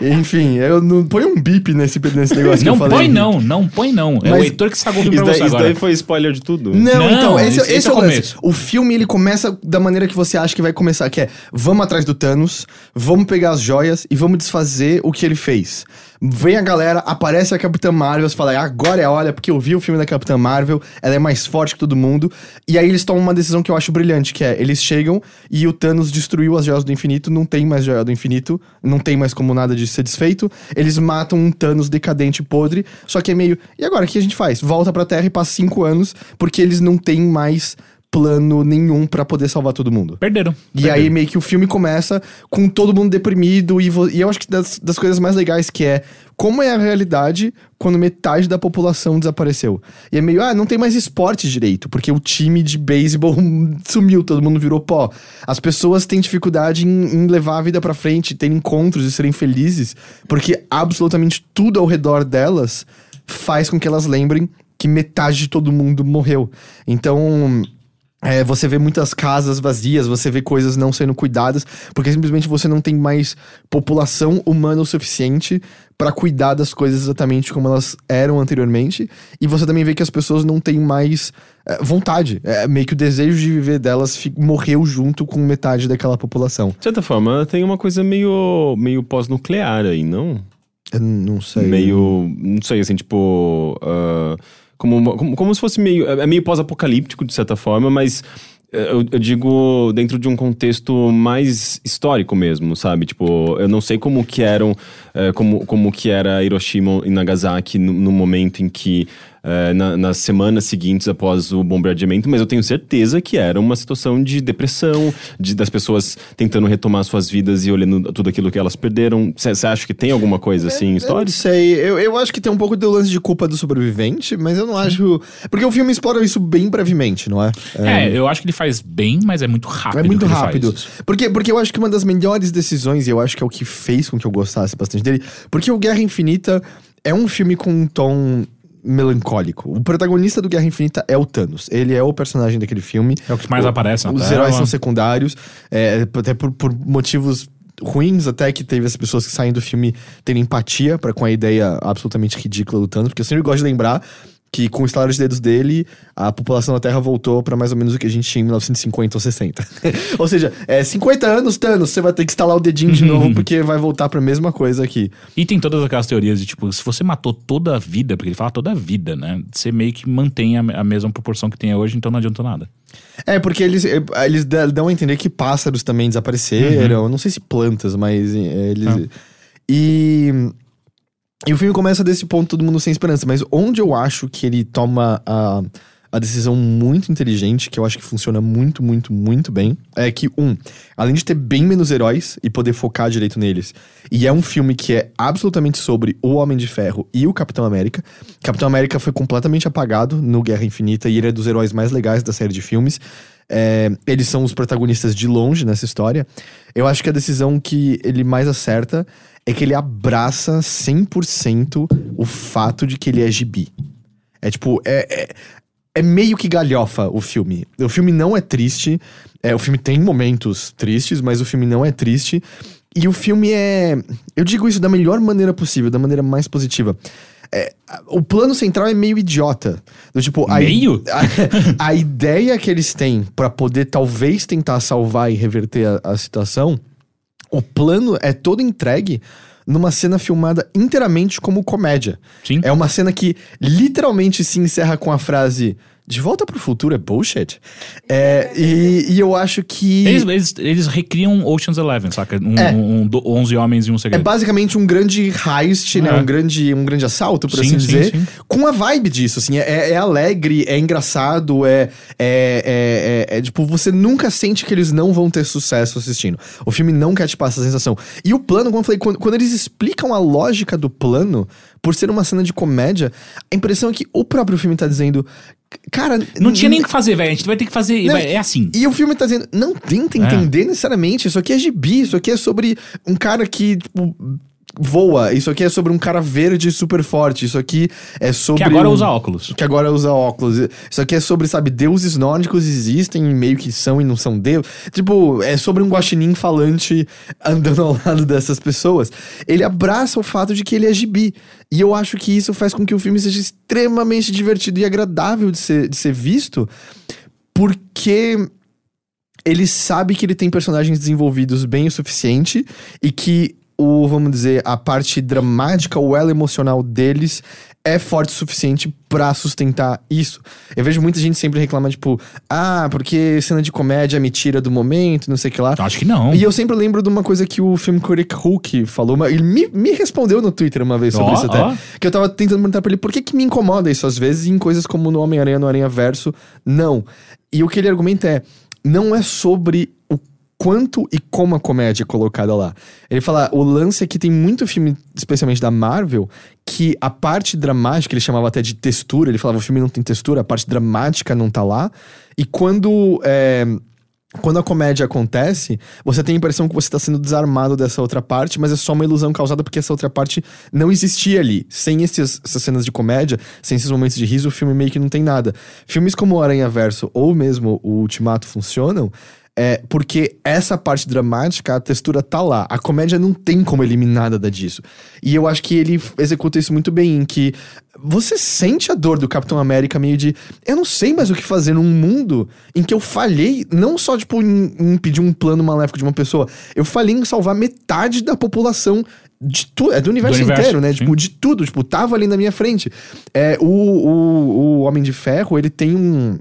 Enfim, eu não põe um bip nesse, nesse
não
negócio que eu falei.
põe não, não põe não. É
Mas-
o Heitor que sagou pra
Isso daí,
você
isso
agora.
daí foi spoiler de tudo?
Não,
Não,
então, esse,
esse- esse
esse
é
é
o
o lance.
começo.
O filme, ele começa da maneira que você acha que vai começar, que é, vamos atrás do Thanos, vamos pegar as joias e vamos desfazer o que ele fez. Vem a galera, aparece a Capitã Marvel, você fala, "Ah, agora é a hora, porque eu vi o filme da Capitã Marvel, ela é mais forte que todo mundo. E aí eles tomam uma decisão que eu acho brilhante, que é, eles chegam e o Thanos destruiu as joias do infinito, não tem mais joia do infinito, não tem mais como nada de ser desfeito. Eles matam um Thanos decadente e podre, só que é meio, e agora o que a gente faz? Volta pra Terra e passa cinco anos, porque eles não têm mais plano nenhum pra poder salvar todo mundo.
Perderam.
E aí meio que o filme começa com todo mundo deprimido e, vo- e eu acho que das, das coisas mais legais que é como é a realidade quando metade da população desapareceu. E é meio, ah, não tem mais esporte direito, porque o time de beisebol sumiu, todo mundo virou pó. As pessoas têm dificuldade em, em levar a vida pra frente, ter encontros e serem felizes, porque absolutamente tudo ao redor delas faz com que elas lembrem que metade de todo mundo morreu. Então, é, você vê muitas casas vazias, você vê coisas não sendo cuidadas, porque simplesmente você não tem mais população humana o suficiente pra cuidar das coisas exatamente como elas eram anteriormente. E você também vê que as pessoas não têm mais é, vontade, é, meio que o desejo de viver delas fi- morreu junto com metade daquela população.
De certa forma, tem uma coisa meio, meio pós-nuclear aí, não?
Eu não sei. né?
Meio. Não sei, assim, tipo. ah, como, uma- como, como se fosse meio. É é meio pós-apocalíptico, de certa forma, mas. eh, Eu, eu digo dentro de um contexto mais histórico mesmo, sabe? Tipo, eu não sei como que eram, eh, como, como que era Hiroshima e Nagasaki no, no momento em que, eh, na- nas semanas seguintes após o bombardeamento, mas eu tenho certeza que era uma situação de depressão, de, das pessoas tentando retomar suas vidas e olhando tudo aquilo que elas perderam. Você acha que tem alguma coisa assim
É, Eu não
histórica?
sei, eu, eu acho que tem um pouco do lance de culpa do sobrevivente, mas eu não acho. Porque o filme explora isso bem brevemente, não é?
É, eu acho que ele faz bem, mas é muito rápido.
É muito
que ele faz
rápido.
isso.
Porque, porque eu acho que uma das melhores decisões, e eu acho que é o que fez com que eu gostasse bastante dele, porque o Guerra Infinita é um filme com um tom melancólico. O protagonista do Guerra Infinita é o Thanos. Ele é o personagem daquele filme.
É o que mais aparece na
Os
tela.
heróis são secundários, é, até por, por motivos ruins, até que teve as pessoas que saem do filme tendo empatia pra, com a ideia absolutamente ridícula do Thanos, porque eu sempre gosto de lembrar que com o estalar de dedos dele, a população da Terra voltou pra mais ou menos o que a gente tinha em 1950 ou 60. ou seja, é 50 anos, Thanos, você vai ter que instalar o dedinho
Uhum.
de novo, porque vai voltar pra mesma coisa aqui.
E tem todas aquelas teorias de tipo, se você matou toda a vida, porque ele fala toda a vida, né? Você meio que mantém a, a mesma proporção que tem hoje, então não adiantou nada.
É, porque eles, eh, eles da- dão a entender que pássaros também desapareceram. Não sei se plantas, mas eh, eles. E. E o filme começa desse ponto, todo mundo sem esperança. Mas onde eu acho que ele toma a, a decisão muito inteligente, que eu acho que funciona muito, muito, muito bem, é que, um, além de ter bem menos heróis e poder focar direito neles, e é um filme que é absolutamente sobre o Homem de Ferro e o Capitão América. Capitão América foi completamente apagado no Guerra Infinita e ele é dos heróis mais legais da série de filmes. É, eles são os protagonistas de longe nessa história. Eu acho que a decisão que ele mais acerta é que ele abraça 100% o fato de que ele é gibi. É tipo, é, é, é meio que galhofa o filme. O filme não é triste. É, o filme tem momentos tristes, mas o filme não é triste. E o filme é. Eu digo isso da melhor maneira possível, da maneira mais positiva. É, a- o plano central é meio idiota. Do tipo, a,
Meio?
a, a ideia que eles têm pra poder talvez tentar salvar e reverter a- a situação o plano é todo entregue numa cena filmada inteiramente como comédia.
Sim.
É uma cena que literalmente se encerra com a frase: De Volta pro Futuro é bullshit. É, e, e eu acho que.
Eles, eles, eles recriam Ocean's Eleven, saca? Um,
É.
um- do- 11 homens e um
É
segredo.
basicamente um grande heist, né?
É.
Um grande, um grande assalto, por
Sim,
assim
sim,
dizer.
sim.
Com a vibe disso, assim. É, é alegre, é engraçado, é é, é, é- é, Tipo, você nunca sente que eles não vão ter sucesso assistindo. O filme não quer te passar essa sensação. E o plano, como eu falei, quando, quando eles explicam a lógica do plano, por ser uma cena de comédia, a impressão é que o próprio filme tá dizendo. Cara,
Não
n-
tinha nem o que fazer, velho. A gente vai ter que fazer.
Uhum. Não,
vai- é assim.
e o filme tá dizendo, não
É.
tenta entender necessariamente, isso aqui é gibi, isso aqui é sobre um cara que, tipo, voa, isso aqui é sobre um cara verde super forte, isso aqui é sobre...
Que agora
um-
usa óculos.
Que agora usa óculos. Isso aqui é sobre, sabe, deuses nórdicos existem, e meio que são e não são deus. Tipo, é sobre um guaxinim falante andando ao lado dessas pessoas. Ele abraça o fato de que ele é gibi. E eu acho que isso faz com que o filme seja extremamente divertido e agradável de ser, de ser visto, porque ele sabe que ele tem personagens desenvolvidos bem o suficiente e que o, vamos dizer, a parte dramática ou ela emocional deles é forte o suficiente pra sustentar isso. Eu vejo muita gente sempre reclamar, tipo, ah, porque cena de comédia me tira do momento, não sei o que lá.
Acho que não.
E eu sempre lembro de uma coisa que o filme Critic Hulk falou, mas ele me, me respondeu no Twitter uma vez é sobre
Ó,
isso até.
ó.
Que eu tava tentando perguntar pra ele por que, que me incomoda isso às vezes e em coisas como no Homem-Aranha, no Aranha Verso, não. E o que ele argumenta é: não é sobre o quanto e como a comédia é colocada lá. Ele fala: o lance é que tem muito filme, especialmente da Marvel, que a parte dramática, ele chamava até de textura, ele falava: o filme não tem textura, a parte dramática não tá lá. E quando. é, quando a comédia acontece, você tem a impressão que você está sendo desarmado dessa outra parte, mas é só uma ilusão causada porque essa outra parte não existia ali. Sem esses- essas cenas de comédia, sem esses momentos de riso, o filme meio que não tem nada. Filmes como o Aranha Verso ou mesmo o Ultimato funcionam é, porque essa parte dramática, a textura tá lá. A comédia não tem como eliminar nada disso. E eu acho que ele f- executa isso muito bem, em que você sente a dor do Capitão América meio de eu não sei mais o que fazer num mundo em que eu falhei, não só, tipo, em, em pedir um plano maléfico de uma pessoa, eu falhei em salvar metade da população de tu, é do universo,
universo,
inteiro, né?
sim.
Tipo, de tudo, tipo, tava ali na minha frente. É, o, o, o Homem de Ferro, ele tem um.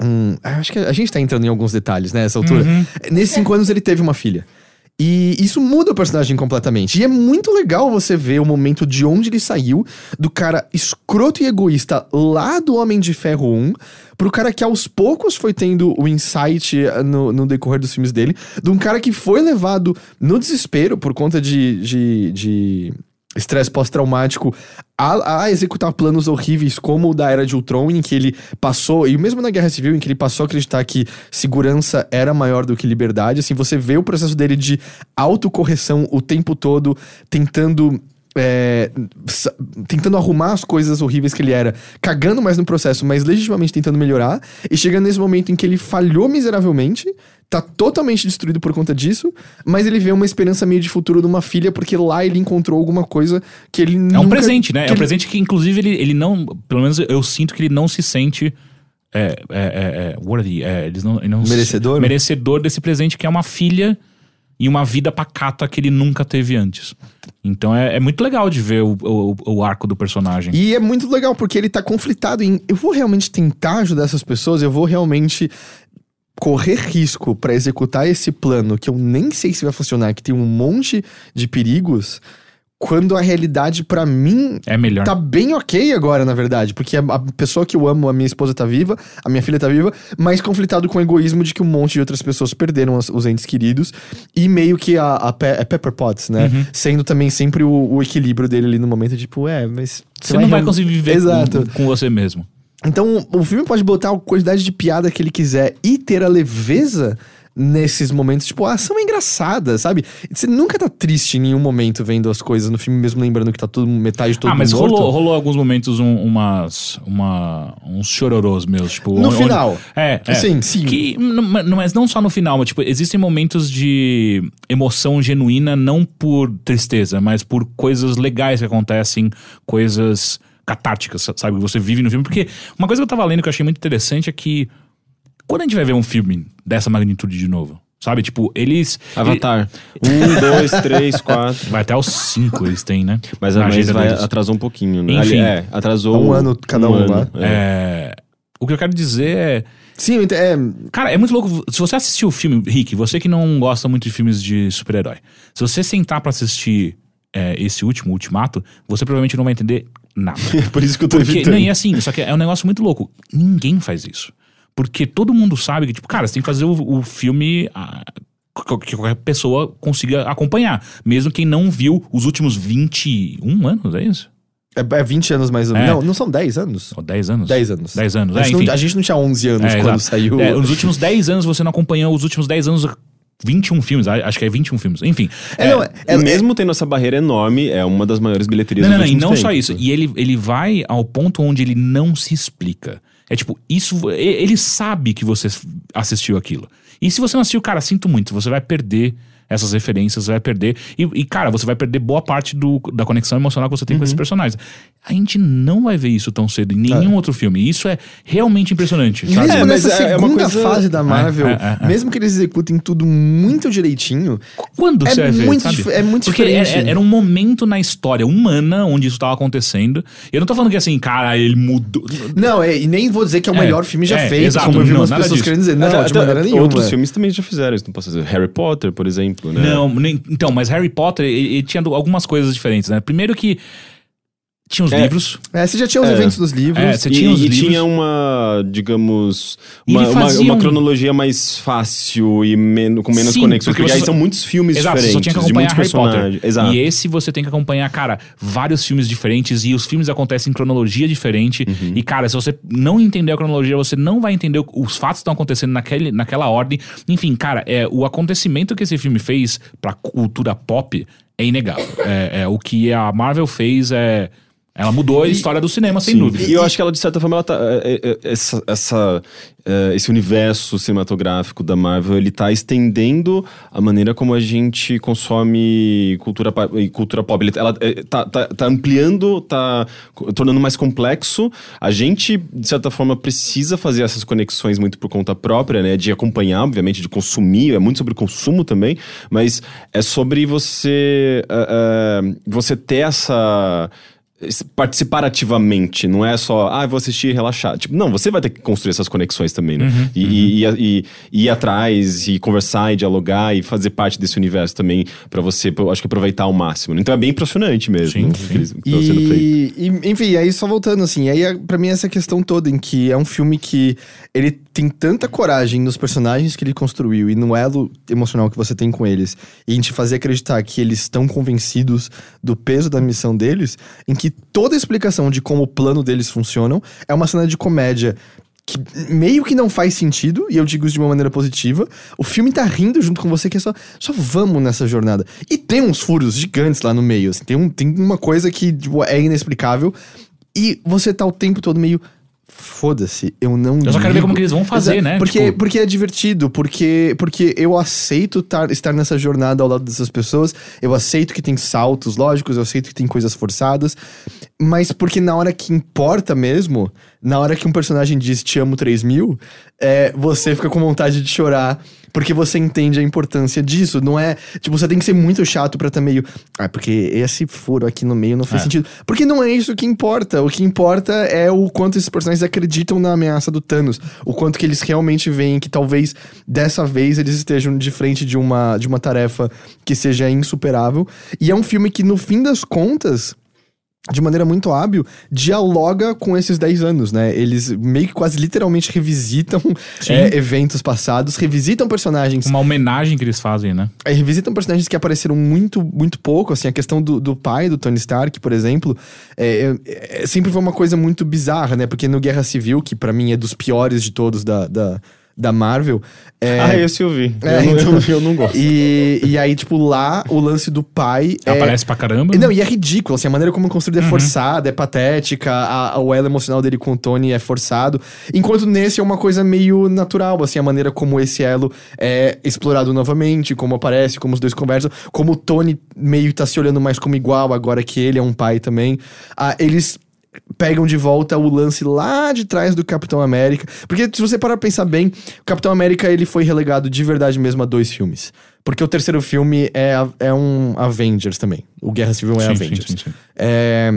um- ah, acho que a gente tá entrando em alguns detalhes, né, essa altura.
Uhum. É
Nesses cinco anos ele teve uma filha. E isso muda o personagem completamente. E é muito legal você ver o momento de onde ele saiu, do cara escroto e egoísta lá do Homem de Ferro 1, pro cara que aos poucos foi tendo o insight eh, no, no decorrer dos filmes dele, de um cara que foi levado no desespero por conta de- de- de estresse pós-traumático a, a executar planos horríveis como o da Era de Ultron, em que ele passou, e mesmo na Guerra Civil, em que ele passou a acreditar que segurança era maior do que liberdade, assim, você vê o processo dele de autocorreção o tempo todo, tentando... é, sa- tentando arrumar as coisas horríveis que ele era, cagando mais no processo, mas legitimamente tentando melhorar, e chegando nesse momento em que ele falhou miseravelmente, tá totalmente destruído por conta disso, mas ele vê uma esperança meio de futuro de uma filha, porque lá ele encontrou alguma coisa que ele
É um
nunca-
presente, né? É
que
um
ele-
presente que, inclusive, ele, ele não. Pelo menos eu sinto que ele não se sente. É, é, é, é, worthy, é, eles não, ele não se-
Merecedor, né?
merecedor desse presente que é uma filha e uma vida pacata que ele nunca teve antes. Então é, é muito legal de ver o, o, o arco do personagem.
E é muito legal, porque ele tá conflitado em eu vou realmente tentar ajudar essas pessoas, eu vou realmente correr risco pra executar esse plano que eu nem sei se vai funcionar, que tem um monte de perigos, quando a realidade pra mim
é melhor.
Tá bem ok agora, na verdade, porque a, a pessoa que eu amo, a minha esposa tá viva, a minha filha tá viva, mas conflitado com o egoísmo de que um monte de outras pessoas perderam as- os entes queridos e meio que a, a Pe- é Pepper Potts, né?
Uhum.
Sendo também sempre o, o equilíbrio dele ali no momento, tipo, é, mas.
Você não vai
real-
conseguir viver
Exato.
com, com você mesmo.
Então, o filme pode botar a quantidade de piada que ele quiser e ter a leveza nesses momentos, tipo, a ação é engraçada, sabe? Você nunca tá triste em nenhum momento vendo as coisas no filme, mesmo lembrando que tá tudo, metade de todo
ah, mas
mundo morto.
rolou, rolou alguns momentos um- umas, uma, uns chororôs meus. Tipo,
No
onde-
final.
é, é.
Sim, sim.
Que, n- ma- mas não só no final, mas tipo, existem momentos de emoção genuína, não por tristeza, mas por coisas legais que acontecem, coisas catárticas, sa- sabe? Que você vive no filme. Porque uma coisa que eu tava lendo que eu achei muito interessante é que quando a gente vai ver um filme dessa magnitude de novo, sabe? Tipo, eles.
Avatar. Um, dois, três, quatro.
ele- vai até os cinco eles têm, né?
Mas,
Na
mas
agenda
vai,
deles.
atrasou um pouquinho, né? Ali-
Enfim.
é, atrasou
Um ano cada um, né?
É.
É, O que eu quero dizer é.
Sim, eu ente- é,
Cara, é muito louco. Se você assistiu o filme, Rick, você que não gosta muito de filmes de super-herói, se você sentar pra assistir é, esse último, Ultimato, você provavelmente não vai entender nada.
É por isso que eu tô
Porque,
evitando.
não, e assim, só que é um negócio muito louco. Ninguém faz isso. Porque todo mundo sabe que, tipo, cara, você tem que fazer o, o filme ah, co- que qualquer pessoa consiga acompanhar. Mesmo quem não viu os últimos 21 anos, é isso?
é, é 20 anos mais ou menos.
É.
Não, não são 10 anos?
Ou 10 anos?
10 anos.
10 anos,
A
é,
gente, não,
enfim.
a gente não tinha 11 anos
É,
quando
exato.
saiu.
É, nos últimos 10 anos você não acompanhou os últimos 10 anos 21 filmes, a- acho que é 21 filmes. Enfim.
É, não, é- é-
Mesmo tendo essa barreira enorme, é uma das maiores bilheterias dos
Não, não, não, e
últimos
não só
tempos.
isso. E ele, ele vai ao ponto onde ele não se explica. É tipo, isso. e- Ele sabe que você f- assistiu aquilo. E se você não assistiu, cara, sinto muito, você vai perder essas referências, você vai perder. E, e, cara, você vai perder boa parte do, da conexão emocional que você tem com
Uhum.
esses personagens. A gente não vai ver isso tão cedo em nenhum outro filme. E isso é realmente impressionante.
Mesmo
sabe?
É, mas
nessa
é- é uma
segunda
coisa-
fase da Marvel,
é, é, é.
mesmo que eles executem tudo muito direitinho,
Quando
É
você vai ver,
muito
sabe?
dif- é muito
Porque
diferente.
Era, era um momento na história humana onde isso tava acontecendo. Eu não tô falando que assim, cara, ele mudou.
Não, é, e nem vou dizer que é o
É,
melhor filme já
é,
feito,
exato,
como eu vi
não,
umas
nada
pessoas
disso. é,
querendo dizer. Não,
Até-
de maneira
até
nenhuma.
Outros filmes também já fizeram isso. Não posso dizer. Harry Potter, por exemplo, né?
Não, nem- então, mas Harry Potter, ele, ele tinha do- algumas coisas diferentes, né? Primeiro que tinha os
É.
livros.
É, você já tinha os
É.
eventos dos livros.
É, você
e,
tinha os
e
livros.
tinha uma, digamos,
E
uma,
ele
uma-
fazia
uma
um-
cronologia mais fácil e menos, com menos
Sim,
conexões.
porque
Porque,
você
aí
só-
são muitos filmes
Exato, você
diferentes,
só tinha que
de muitos
acompanhar Harry Potter.
personagens. Exato.
E esse você tem que acompanhar, cara, vários filmes diferentes e os filmes acontecem em cronologia diferente.
Uhum.
E, cara, se você não entender a cronologia, você não vai entender o- os fatos que estão acontecendo naquele, naquela ordem. Enfim, cara, é, o acontecimento que esse filme fez pra cultura pop é inegável. É, é, o que a Marvel fez é. Ela mudou a história do cinema, sem
Sim.
dúvida.
E eu acho que ela, de certa forma, ela tá, é, é, é, essa, essa, é, esse universo cinematográfico da Marvel, ele tá estendendo a maneira como a gente consome cultura, pa- e cultura pop. Ele- ela é, tá, tá- tá ampliando, tá co- tornando mais complexo. A gente, de certa forma, precisa fazer essas conexões muito por conta própria, né? De acompanhar, obviamente, de consumir. É muito sobre consumo também, mas é sobre você, ah, ah, você ter essa es- participar ativamente, não é só, ah, eu vou assistir e relaxar. Tipo, não, você vai ter que construir essas conexões também, né?
Uhum,
e, e- e- e ir atrás, e conversar, e dialogar, e fazer parte desse universo também, pra você, eu acho que aproveitar ao máximo. né? Então é bem impressionante mesmo
Sim,
né,
sim.
que eles- que tá sendo feito.
E, e, enfim, aí só voltando assim, aí é- pra mim essa questão toda em que é um filme que ele tem tanta coragem nos personagens que ele construiu e no elo emocional que você tem com eles, e em te fazer acreditar que eles estão convencidos do peso da missão deles, em que toda a explicação de como o plano deles funcionam é uma cena de comédia que meio que não faz sentido, e eu digo isso de uma maneira positiva. O filme tá rindo junto com você, que é só, só vamos nessa jornada. E tem uns furos gigantes lá no meio, assim, tem, um, tem uma coisa que tipo, é inexplicável, e você tá o tempo todo meio. Foda-se, eu não.
Eu só quero ver
ligo."
como que eles vão fazer,
Exato,
né?
Porque,
Tipo-
porque é divertido, porque, porque eu aceito tar- estar nessa jornada ao lado dessas pessoas, eu aceito que tem saltos lógicos, eu aceito que tem coisas forçadas, mas porque na hora que importa mesmo, na hora que um personagem diz te amo 3000, é, você fica com vontade de chorar, porque você entende a importância disso, não é. Tipo, você tem que ser muito chato pra tá meio. Ah, porque esse furo aqui no meio não faz
É.
sentido. Porque não é isso que importa. O que importa é o quanto esses personagens acreditam na ameaça do Thanos. O quanto que eles realmente veem que talvez dessa vez eles estejam de frente de uma, de uma tarefa que seja insuperável. E é um filme que, no fim das contas de maneira muito hábil, dialoga com esses 10 anos, né? Eles meio que quase literalmente revisitam
Sim.
é, eventos passados, revisitam personagens
Uma homenagem que eles fazem, né?
é, revisitam personagens que apareceram muito, muito pouco, assim, a questão do, do pai do Tony Stark, por exemplo, é, é- é- sempre foi uma coisa muito bizarra, né? Porque no Guerra Civil, que pra mim é dos piores de todos da, da, da Marvel, é,
Ah, esse eu vi.
É,
eu, não, eu
então-
não- eu não gosto.
e, e aí, tipo, lá o lance do pai é,
Aparece pra caramba. né?
Não, e é ridículo, assim, a maneira como é construída é forçada, é patética, a, a- o elo emocional dele com o Tony é forçado. Enquanto nesse é uma coisa meio natural, assim, a maneira como esse elo é explorado novamente, como aparece, como os dois conversam, como o Tony meio tá se olhando mais como igual agora que ele é um pai também. Ah, eles pegam de volta o lance lá de trás do Capitão América, porque se você parar pra pensar bem, o Capitão América ele foi relegado de verdade mesmo a dois filmes. Porque o terceiro filme é, a- é um Avengers também. O Guerra Civil é
Sim, sim,
Avengers.
sim, sim.
É,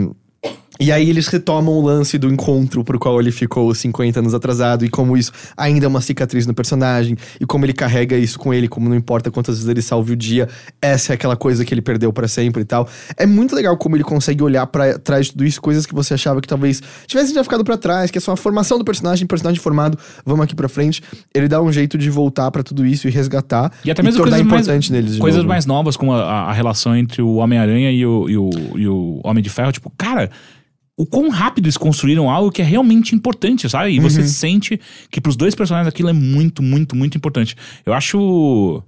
E aí eles retomam o lance do encontro pro qual ele ficou 50 anos atrasado e como isso ainda é uma cicatriz no personagem e como ele carrega isso com ele, como não importa quantas vezes ele salve o dia, essa é aquela coisa que ele perdeu pra sempre e tal. É muito legal como ele consegue olhar pra trás de tudo isso, coisas que você achava que talvez tivesse já ficado pra trás, que é só a formação do personagem, personagem formado, vamos aqui pra frente. Ele dá um jeito de voltar pra tudo isso e resgatar
E até mesmo
tornar
coisas mais-
importante neles de
Coisas
novo.
mais novas, como a, a relação entre o Homem-Aranha e o, e, o, e o Homem de Ferro. Tipo, cara, o quão rápido eles construíram algo que é realmente importante, sabe?
Uhum.
E você sente que pros dois personagens aquilo é muito, muito, muito importante. Eu acho.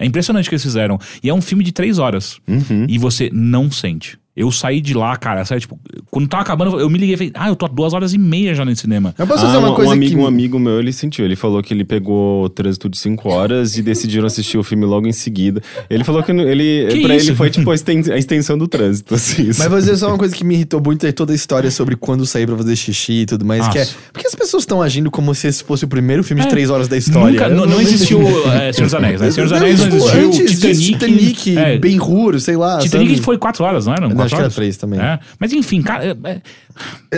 É impressionante o que eles fizeram. E é um filme de três horas.
Uhum.
E você não sente. Eu saí de lá, cara. Sabe, tipo, quando tava acabando, eu me liguei e falei, ah, eu tô há duas horas e meia já no cinema.
Eu posso
Ah,
fazer uma
um,
coisa
um amigo,
que...
um amigo meu, ele sentiu. Ele falou que ele pegou o trânsito de 5 horas e decidiram assistir o filme logo em seguida. Ele falou que no- ele,
Que
pra
isso?
ele foi tipo a exten- a extensão do trânsito, assim.
Mas vou dizer só uma coisa que me irritou muito é toda a história sobre quando sair pra fazer xixi e tudo mais, que é.
Nossa.
Por que as pessoas estão agindo como se esse fosse o primeiro filme
É.
de três horas da história?
Nunca,
Eu
não, não
entendi.
existiu é, Senhor dos Anéis, né? Senhor dos Anéis não,
tipo,
existiu.
Antes disso,
Titanic,
Titanic,
é,
Ben Hur, sei lá.
Titanic
sabe?
foi quatro horas, não era? Quatro
Não, Ah, acho que era
horas?
três também.
É. Mas enfim, cara, é,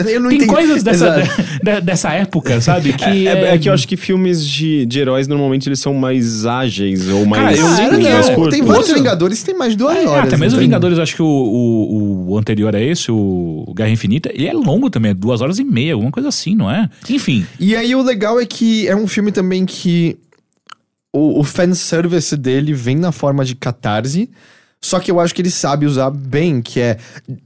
é,
Eu não
tem
entendi.
coisas dessa,
Exato.
de- dessa época, sabe? Que
É, é que eu acho que filmes de, de heróis normalmente eles são mais ágeis ou mais,
Cara, eu
Ah,
lembro
era
que
mais
legal.
curtos.
Tem vários Vingadores que tem mais de duas
É,
horas.
até mesmo
então.
Vingadores, eu acho que o, o, o anterior a esse, o Guerra Infinita, ele é longo também, é duas horas e meia, alguma coisa assim, não é? Enfim,
E aí o legal é que é um filme também que o, o fanservice dele vem na forma de catarse. Só que eu acho que ele sabe usar bem, que é.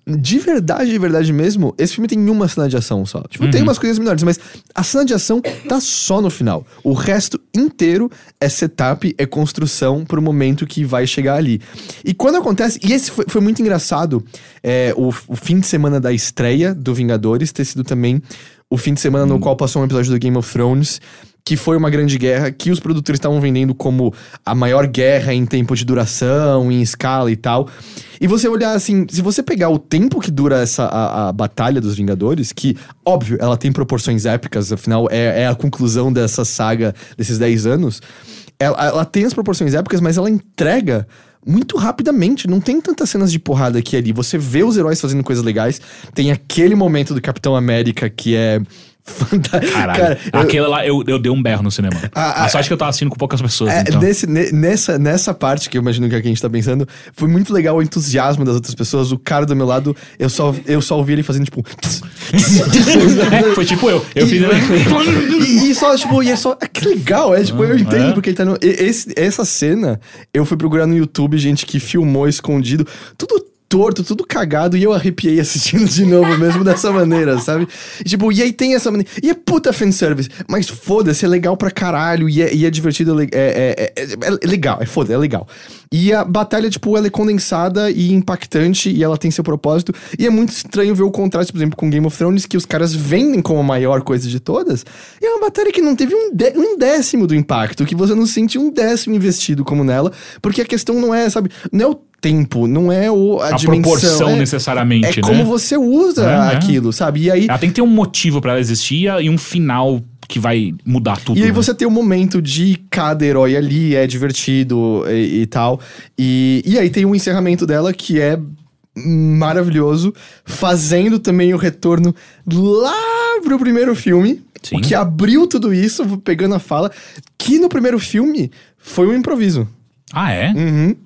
De verdade, de verdade mesmo, esse filme tem uma cena de ação só. Tipo, tem umas coisas menores, mas a cena de ação tá só no final. O resto inteiro é setup, é construção pro momento que vai chegar ali. E quando acontece. E esse foi, foi muito engraçado, é, o, o fim de semana da estreia do Vingadores ter sido também o fim de semana no qual passou um episódio do Game of Thrones, que foi uma grande guerra, que os produtores estavam vendendo como a maior guerra em tempo de duração, em escala e tal. E você olhar assim, se você pegar o tempo que dura essa a, a Batalha dos Vingadores, que, óbvio, ela tem proporções épicas, afinal, é, é a conclusão dessa saga desses 10 anos. Ela, ela tem as proporções épicas, mas ela entrega muito rapidamente. Não tem tantas cenas de porrada aqui e ali. Você vê os heróis fazendo coisas legais. Tem aquele momento do Capitão América que é. fantástico.
caralho.
Cara, eu-
aquela lá, eu, eu dei um berro no cinema.
Ah,
A,
ah,
sorte é que eu tava assistindo com poucas pessoas,
é,
então.
nesse- ne- nessa, nessa parte que eu imagino que é que a gente tá pensando, foi muito legal o entusiasmo das outras pessoas. O cara do meu lado, eu só, eu só ouvi ele fazendo tipo.
É, foi tipo eu, eu fiz...
e, e só, tipo, e é só. ah, Que legal, é tipo, eu entendo
é?
porque ele tá no. e- esse- essa cena, eu fui procurar no YouTube, gente que filmou escondido, tudo torto, tudo cagado, e eu arrepiei assistindo de novo, mesmo dessa maneira, sabe? E, tipo, e aí tem essa maneira. E é puta fanservice, mas foda-se, é legal pra caralho, e é, e é divertido, é le- é, é- é- é legal, é foda, é legal. E a batalha, tipo, ela é condensada e impactante, e ela tem seu propósito, e é muito estranho ver o contraste, por exemplo, com Game of Thrones, que os caras vendem como a maior coisa de todas, e é uma batalha que não teve um, dé- um décimo do impacto, que você não sente um décimo investido como nela, porque a questão não é, sabe, não é o tempo, não é o, a,
a
dimensão,
proporção
é, é
necessariamente,
como
né?
você usa
É, é.
aquilo, sabe? E aí,
Ela tem que ter um motivo pra ela existir e um final que vai mudar tudo.
e aí
né?
você tem o momento de cada herói ali, é divertido e, e tal. E, e aí tem um encerramento dela que é maravilhoso, fazendo também o retorno lá pro primeiro filme,
Sim.
o que abriu tudo isso, vou pegando a fala, que no primeiro filme foi um improviso.
Ah, é?
Uhum.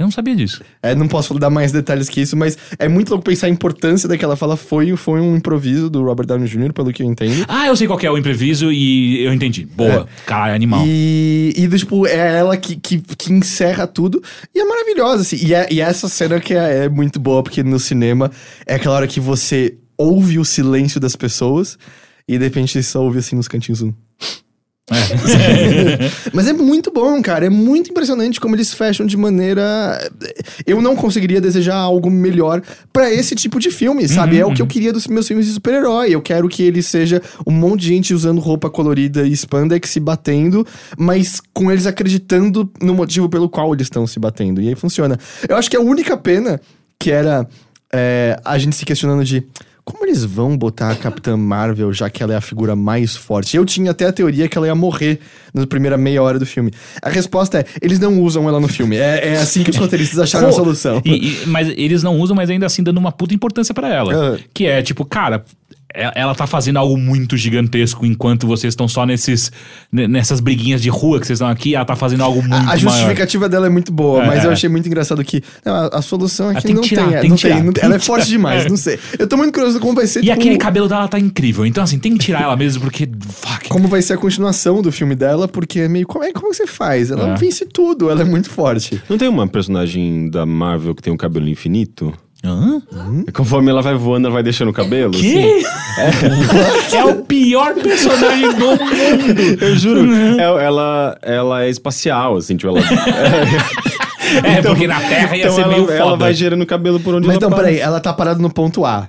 Eu não sabia disso.
É, não posso dar mais detalhes que isso, mas é muito louco pensar a importância daquela fala. Foi, foi um improviso do Robert Downey Jr., pelo que eu entendo.
Ah, eu sei qual que é o imprevisto e eu entendi. Boa. Cara, animal.
É. E, e, tipo, é ela que, que, que encerra tudo. E é maravilhosa, assim. E, é- e essa cena que é, é muito boa, porque no cinema é aquela hora que você ouve o silêncio das pessoas e de repente você só ouve assim nos cantinhos um.
É.
Mas é muito bom, cara. É muito impressionante como eles fecham de maneira. eh, Eu não conseguiria desejar algo melhor pra esse tipo de filme, sabe? é o que eu queria dos meus filmes de super-herói. Eu quero que ele seja um monte de gente usando roupa colorida e spandex se batendo, mas com eles acreditando no motivo pelo qual eles estão se batendo. eh, E aí funciona. Eu acho que a única pena que era é, a gente se questionando de Como eles vão botar a Capitã Marvel, já que ela é a figura mais forte? Eu tinha até a teoria que ela ia morrer na primeira meia hora do filme. A resposta é: eles não usam ela no filme. É, é assim que os roteiristas acharam a
Pô,
solução.
E- e- mas eles não usam, mas ainda assim dando uma puta importância pra ela.
Ah.
Que é tipo, cara, e- ela tá fazendo algo muito gigantesco enquanto vocês estão só nesses, ne- nessas briguinhas de rua que vocês estão aqui, ela tá fazendo algo muito
A, a
maior.
justificativa dela é muito boa,
É.
mas eu achei muito engraçado que não, a, a solução é
Ah,
que
tem
não
que tirar,
tem. é,
tem
não
que
tem,
tirar,
não-
tem
ela é
que
forte
tirar.
demais,
É.
não sei. Eu tô muito curioso como vai ser.
E
tipo,
aquele cabelo dela tá incrível. Então, assim, tem que tirar ela mesmo, porque. Fuck.
como vai ser a continuação do filme dela, porque é meio. Como é como você faz? Ela
É.
vence tudo, ela é muito forte.
Não tem uma personagem da Marvel que tem um cabelo infinito?
Hã?
Hum?
Conforme ela vai voando, ela vai deixando o cabelo? assim?
Que? É o pior personagem do mundo.
Eu juro. É- ela, ela é espacial, assim, tipo, ela. Então
É,
Então,
porque na Terra ia ser
ela,
meio foda.
ela vai gerando o cabelo por onde
Mas
ela
então,
passa.
peraí, ela tá parada no ponto A.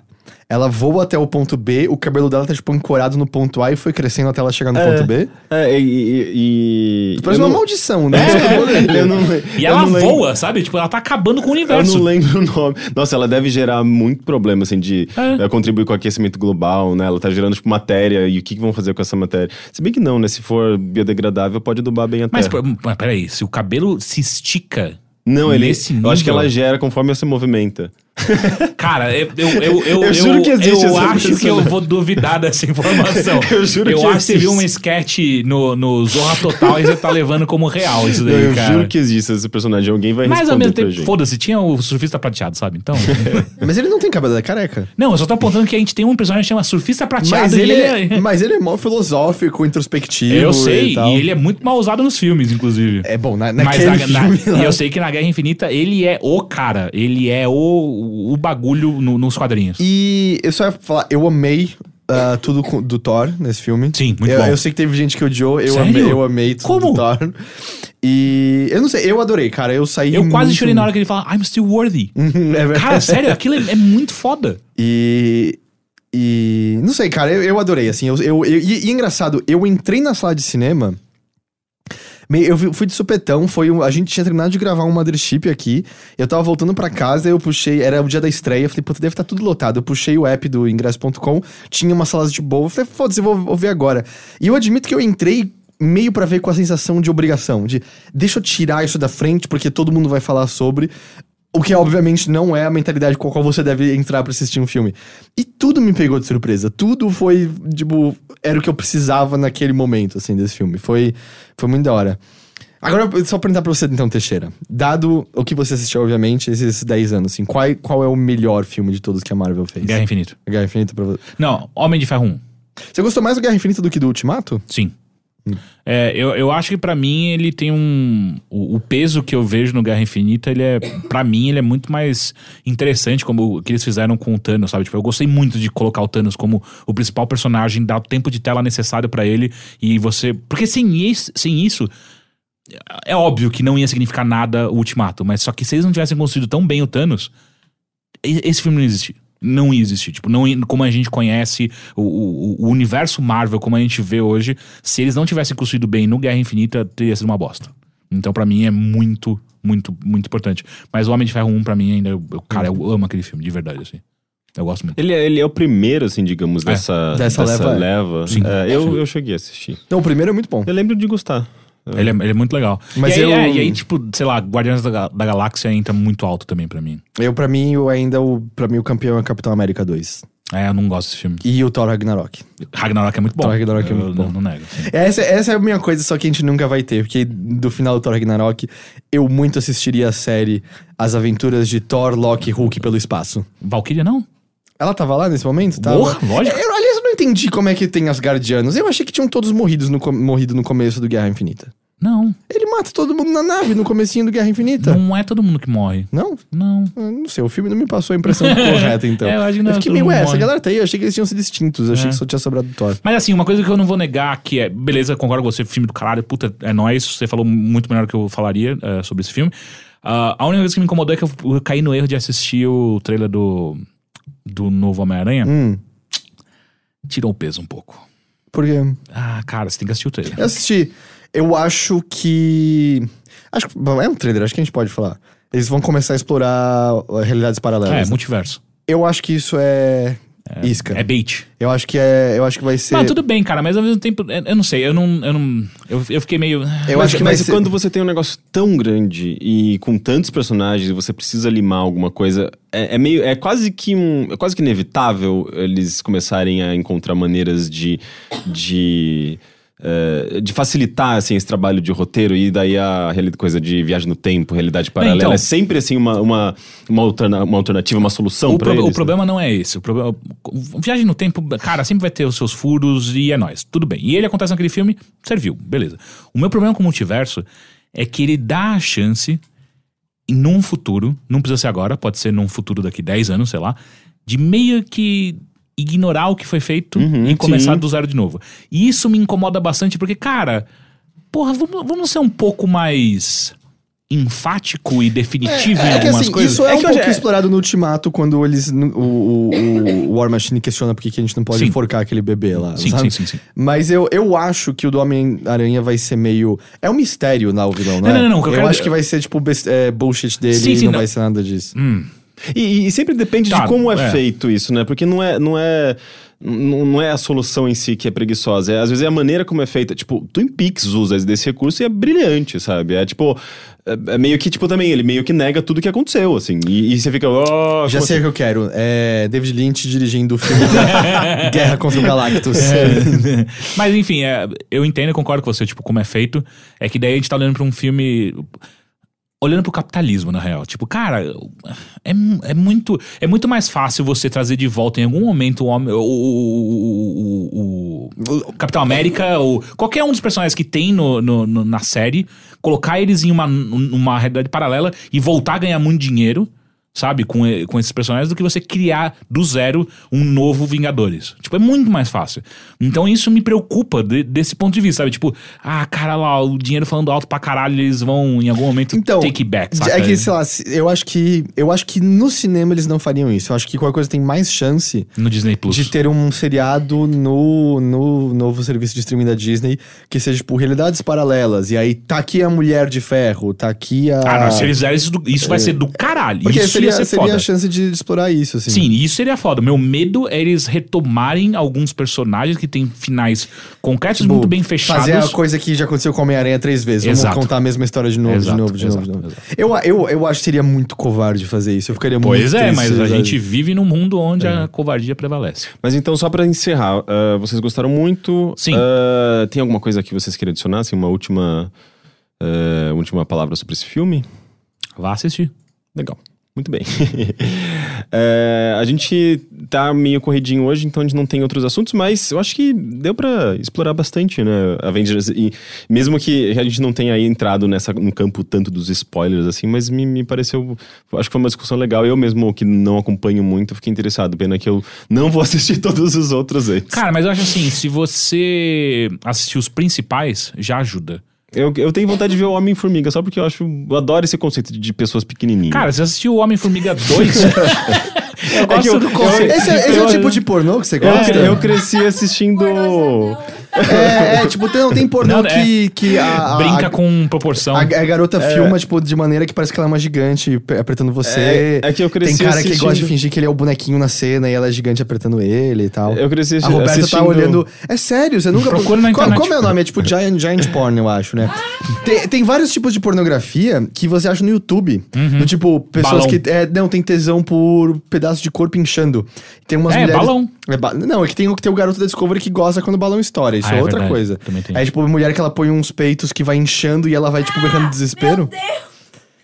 Ela voa até o ponto B, o cabelo dela tá, tipo, ancorado no ponto A e foi crescendo até ela chegar no ponto B.
É, e. e, e
Parece
eu
uma
não-
maldição, né?
É.
eu não,
E
eu
ela
não lembro-
voa, sabe? Tipo, ela tá acabando com o
Eu
universo.
não lembro o nome. Nossa, ela deve gerar muito problema, assim, de
É.
eh, contribuir com o aquecimento global, né? Ela tá gerando, tipo, matéria. E o que, que vão fazer com essa matéria? Se bem que não, né? Se for biodegradável, pode adubar bem a terra.
Mas, pô, mas peraí, se o cabelo se estica.
Não, ele.
nesse
eu acho que
nível-
ela gera conforme você movimenta.
Cara, eu, eu, eu, eu,
Eu juro que existe
eu
essa
acho que eu
personagem.
vou duvidar dessa informação.
Eu juro que
acho que você
existe.
viu um sketch no, no Zorra Total e você tá levando como real isso daí,
eu
cara.
juro que existe esse personagem. Alguém vai
Mas ao
responder
mesmo
pra
tempo,
gente.
foda-se, tinha o surfista prateado, sabe? Então.
Mas ele não tem cabelo, ele é careca.
não, eu só tô apontando que a gente tem um personagem que chama surfista prateado
Mas
e
ele,
ele,
é, mas ele é mó filosófico, introspectivo.
Eu sei,
e,
e,
tal.
ele é muito mal usado nos filmes, inclusive.
É bom, na,
Mas
naquele
na- na-
filme lá.
e eu sei que na Guerra Infinita ele é o cara. Ele é o, o bagulho no- nos quadrinhos.
E eu só ia falar, eu amei ah, tudo com- do Thor nesse filme.
Sim, muito
eu,
bom.
Eu sei que teve gente que odiou, eu
Sério?
amei, eu amei tudo
Como?
do Thor. E eu não sei, eu adorei, cara. Eu saí.
Eu quase
muito-
chorei na hora que ele fala, I'm still worthy.
é verdade.
Cara, sério, aquilo é, é muito foda.
E. E. Não sei, cara, eu, eu adorei, assim. Eu, eu, eu- e, e engraçado, eu entrei na sala de cinema. meio- Eu vi- fui de supetão, foi um- a gente tinha terminado de gravar um Mothership aqui. Eu tava voltando pra casa, eu puxei, era o dia da estreia, eu falei, puta, deve estar tudo lotado. Eu puxei o app do ingresso.com, tinha uma sala de boa, eu falei, foda-se, eu vou, vou ver agora. E eu admito que eu entrei meio pra ver com a sensação de obrigação, de deixa eu tirar isso da frente porque todo mundo vai falar sobre. O que obviamente não é a mentalidade com a qual você deve entrar pra assistir um filme. E tudo me pegou de surpresa. Tudo foi, tipo, era o que eu precisava naquele momento, assim, desse filme. Foi, foi muito da hora. Agora, só perguntar pra você, então, Teixeira. Dado o que você assistiu, obviamente, esses 10 anos, assim, qual, qual é o melhor filme de todos que a Marvel fez?
Guerra Infinita.
Guerra Infinita pra você.
Não, Homem de Ferro 1,
Você gostou mais do Guerra Infinita do que do Ultimato?
sim. É, eu, eu acho que pra mim ele tem um. O, o peso que eu vejo no Guerra Infinita, ele é. para mim, ele é muito mais interessante, como o que eles fizeram com o Thanos, sabe? Tipo, eu gostei muito de colocar o Thanos como o principal personagem, dar o tempo de tela necessário pra ele. E você. Porque sem isso, sem isso, é óbvio que não ia significar nada o Ultimato, mas só que se eles não tivessem construído tão bem o Thanos, e- esse filme não existe. Não ia existir. Tipo, não, ia- como a gente conhece o, o- o universo Marvel, como a gente vê hoje, se eles não tivessem construído bem no Guerra Infinita, teria sido uma bosta. Então, pra mim, é muito, muito, muito importante. Mas o Homem de Ferro 1, pra mim, ainda. eu- eu- cara, eu amo aquele filme, de verdade, assim. Eu gosto muito.
Ele é, ele é o primeiro, assim, digamos, dessa,
dessa
dessa,
leva, é.
leva.
Sim.
É, eu, eu cheguei a assistir.
Não, o primeiro é muito bom.
Eu lembro de gostar.
Ele é, ele é muito legal.
Mas
e, aí,
eu-
é, e aí, tipo, sei lá, Guardiões da, Ga- da Galáxia entra muito alto também pra mim.
Eu, pra mim, eu ainda, o, pra mim, o campeão é o Capitão América 2.
É, eu não gosto desse filme.
E o Thor Ragnarok.
Ragnarok é muito bom.
Thor Ragnarok é
Eu
muito bom.
Não, não nego. assim.
Essa, essa é a minha coisa, só que a gente nunca vai ter, porque do final do Thor Ragnarok, eu muito assistiria a série As Aventuras de Thor, Loki e Hulk pelo Espaço.
Valkyria não?
Ela tava lá nesse momento? Tava.
Porra, lógico.
Eu, aliás, eu não entendi como é que tem as Guardianos. Eu achei que tinham todos morridos no, co- morrido no começo do Guerra Infinita.
Não.
Ele mata todo mundo na nave no comecinho do Guerra Infinita.
Não é todo mundo que morre.
Não?
Não.
Ah, Não sei, o filme não me passou a impressão correta, então.
É, eu acho que não,
fiquei
todo
meio,
mundo
ué, essa
morre."
galera tá aí, eu achei que eles tinham sido extintos, eu achei
É.
que só tinha sobrado o Thor.
Mas assim, uma coisa que eu não vou negar que é, beleza, concordo com você, filme do caralho, puta, é nóis, você falou muito melhor do que eu falaria eh, sobre esse filme. Ah, a única coisa que me incomodou é que eu, eu caí no erro de assistir o trailer do, do novo Homem-Aranha.
Hum,
Tirou o peso um pouco.
por quê?
Ah, cara, você tem que assistir o trailer.
Eu assisti. Eu acho que. Acho que. bom, É um trailer, acho que a gente pode falar. Eles vão começar a explorar uh, realidades
É,
paralelas.
multiverso.
Eu acho que isso é. Isca.
É bait.
Eu acho que é. Eu acho que vai ser.
Mas tudo bem, cara, mas ao mesmo tempo, eu, eu não sei, eu não. Eu, não, eu, eu fiquei meio.
Eu
mas
acho que vai
mas
ser-
quando você tem um negócio tão grande e com tantos personagens e você precisa limar alguma coisa, é, é meio. É quase que um. É quase que inevitável eles começarem a encontrar maneiras de. de eh, de facilitar assim, esse trabalho de roteiro e daí a reali- coisa de viagem no tempo, realidade paralela.
então.
é sempre assim uma, uma, uma, alterna- uma alternativa, uma solução
O,
pra
pro-
né?
eles. né?
o problema não é esse. O problema, o- viagem no tempo, cara, sempre vai ter os seus furos e é nóis. Tudo bem. E ele acontece naquele filme, serviu, beleza. O meu problema com o multiverso é que ele dá a chance, em num futuro, não precisa ser agora, pode ser num futuro daqui 10 anos, sei lá, de meio que ignorar o que foi feito
Uhum,
e começar
sim.
do zero de novo. E isso me incomoda bastante, porque, cara, porra, vamos, vamos ser um pouco mais enfático e definitivo em
É que
algumas
assim,
coisas.
isso é,
É
um
que hoje
pouco
é-
explorado no Ultimato, quando eles. n- O, o, o- o War Machine questiona por que que a gente não pode
Sim.
enforcar aquele bebê lá.
Sim,
sabe?
sim, sim, sim.
Mas eu, eu acho que o do Homem-Aranha vai ser meio. É um mistério na o
Não,
vilão, né?
não, não, não, o que eu
eu
quero-
acho que vai ser, tipo, best- é, bullshit dele
Sim,
e
sim,
não,
não.
vai ser nada disso.
Hum.
E, e sempre depende
Tá,
de como é,
é.
feito isso, né? Porque não é, não é. Não não é a solução em si que é preguiçosa. É, às vezes é a maneira como é feita. Tipo, Twin Peaks usa esse- desse recurso e é brilhante, sabe? É tipo. É, é meio que, tipo, também, ele meio que nega tudo que aconteceu, assim. E, e você fica. "Oh,
Já
como
sei o que eu quero. É David Lynch dirigindo o filme da Guerra contra o Galactus.
É. Mas enfim, é, eu entendo e concordo com você, tipo, como é feito. É que daí a gente tá olhando pra um filme. Olhando pro capitalismo, na real. Tipo, cara, é, mu- é muito é muito mais fácil você trazer de volta em algum momento o homem. O, o, o, o- o Capitão América, ou qualquer um dos personagens que tem no, no- no- na série, colocar eles em uma, numa realidade paralela e voltar a ganhar muito dinheiro. Sabe, com, e- com esses personagens, do que você criar do zero um novo Vingadores. Tipo, é muito mais fácil. Então isso me preocupa de- desse ponto de vista, sabe? Tipo, ah, cara lá, o dinheiro falando alto pra caralho, eles vão em algum momento
Então,
take back, saca?
É que, sei lá, se- eu acho que. Eu acho que no cinema eles não fariam isso. Eu acho que qualquer coisa tem mais chance
No Disney Plus.
de ter um seriado no, no novo serviço de streaming da Disney que seja, tipo, realidades paralelas. E aí tá aqui a Mulher de Ferro, tá aqui a. É.
Ah, não, se eles fizerem isso, do- isso vai ser do caralho.
Porque
isso
seria,
ia ser
seria
foda.
a chance de explorar isso, assim.
Sim, isso seria foda. Meu medo é eles retomarem alguns personagens que têm finais concretos
Tipo,
muito bem fechados.
Fazer a coisa que já aconteceu com Homem-Aranha três vezes.
Exato.
Vamos contar a mesma história de novo,
Exato,
de novo, de novo, de
exato,
novo.
exato.
Eu, eu, eu acho que seria muito covarde fazer isso. Eu ficaria
Pois
muito
é,
triste, É.
mas a
sabe?
gente vive num mundo onde a covardia prevalece.
Mas então, só pra encerrar, ah, vocês gostaram muito?
Sim.
Ah, tem alguma coisa que vocês querem adicionar? Assim, uma última, ah, última palavra sobre esse filme?
Vá assistir.
Legal. Muito bem. É, a gente tá meio corridinho hoje, então a gente não tem outros assuntos, mas eu acho que deu pra explorar bastante, né? Avengers. E mesmo que a gente não tenha aí entrado nessa, no campo tanto dos spoilers, assim, mas me, me pareceu. Acho que foi uma discussão legal. Eu mesmo, que não acompanho muito, fiquei interessado. Pena que eu não vou assistir todos os outros antes.
Cara, mas eu acho assim, se você assistir os principais, já ajuda.
Eu, eu tenho vontade de ver o Homem-Formiga, só porque eu acho. Eu adoro esse conceito de, de pessoas pequenininhas. É
Cara, se você assistiu o Homem-Formiga 2, eu gosto
eu-
do
eu-
conceito.
Esse, é, esse é
Eu-
o tipo de pornô que você
eu,
gosta?
cre- eu cresci assistindo.
Pornô já não.
É, é, tipo, tem, não, tem pornô
Não, é.
que, que a, a-
Brinca
Ah, a,
com proporção. É,
a, a garota filma, tipo, de maneira que parece que ela é uma gigante pe- apertando você.
É- é que eu cresci
Tem cara que
assistindo-
gosta de fingir que ele é o bonequinho na cena e ela é gigante apertando ele e tal.
Eu cresci
a Roberta
assistindo-
tá olhando. É sério, você nunca.
Procura na
Qual-
internet.
Como é o nome? É tipo Giant, Giant Porn, eu acho, né? Tem, tem vários tipos de pornografia que você acha no YouTube. Do tipo, pessoas
Uhum. Balão.
que. É, não, tem tesão por pedaço de corpo inchando. Tem umas
É,
mulheres.
balão.
É ba- Não, é que tem, o- tem o garoto da Discovery que gosta quando o balão estoura. Isso
Ah,
é,
é
outra
verdade.
coisa.
Também tem.
É tipo mulher que ela põe uns peitos que vai inchando e ela vai, tipo, berrando
Meu
desespero.
Deus.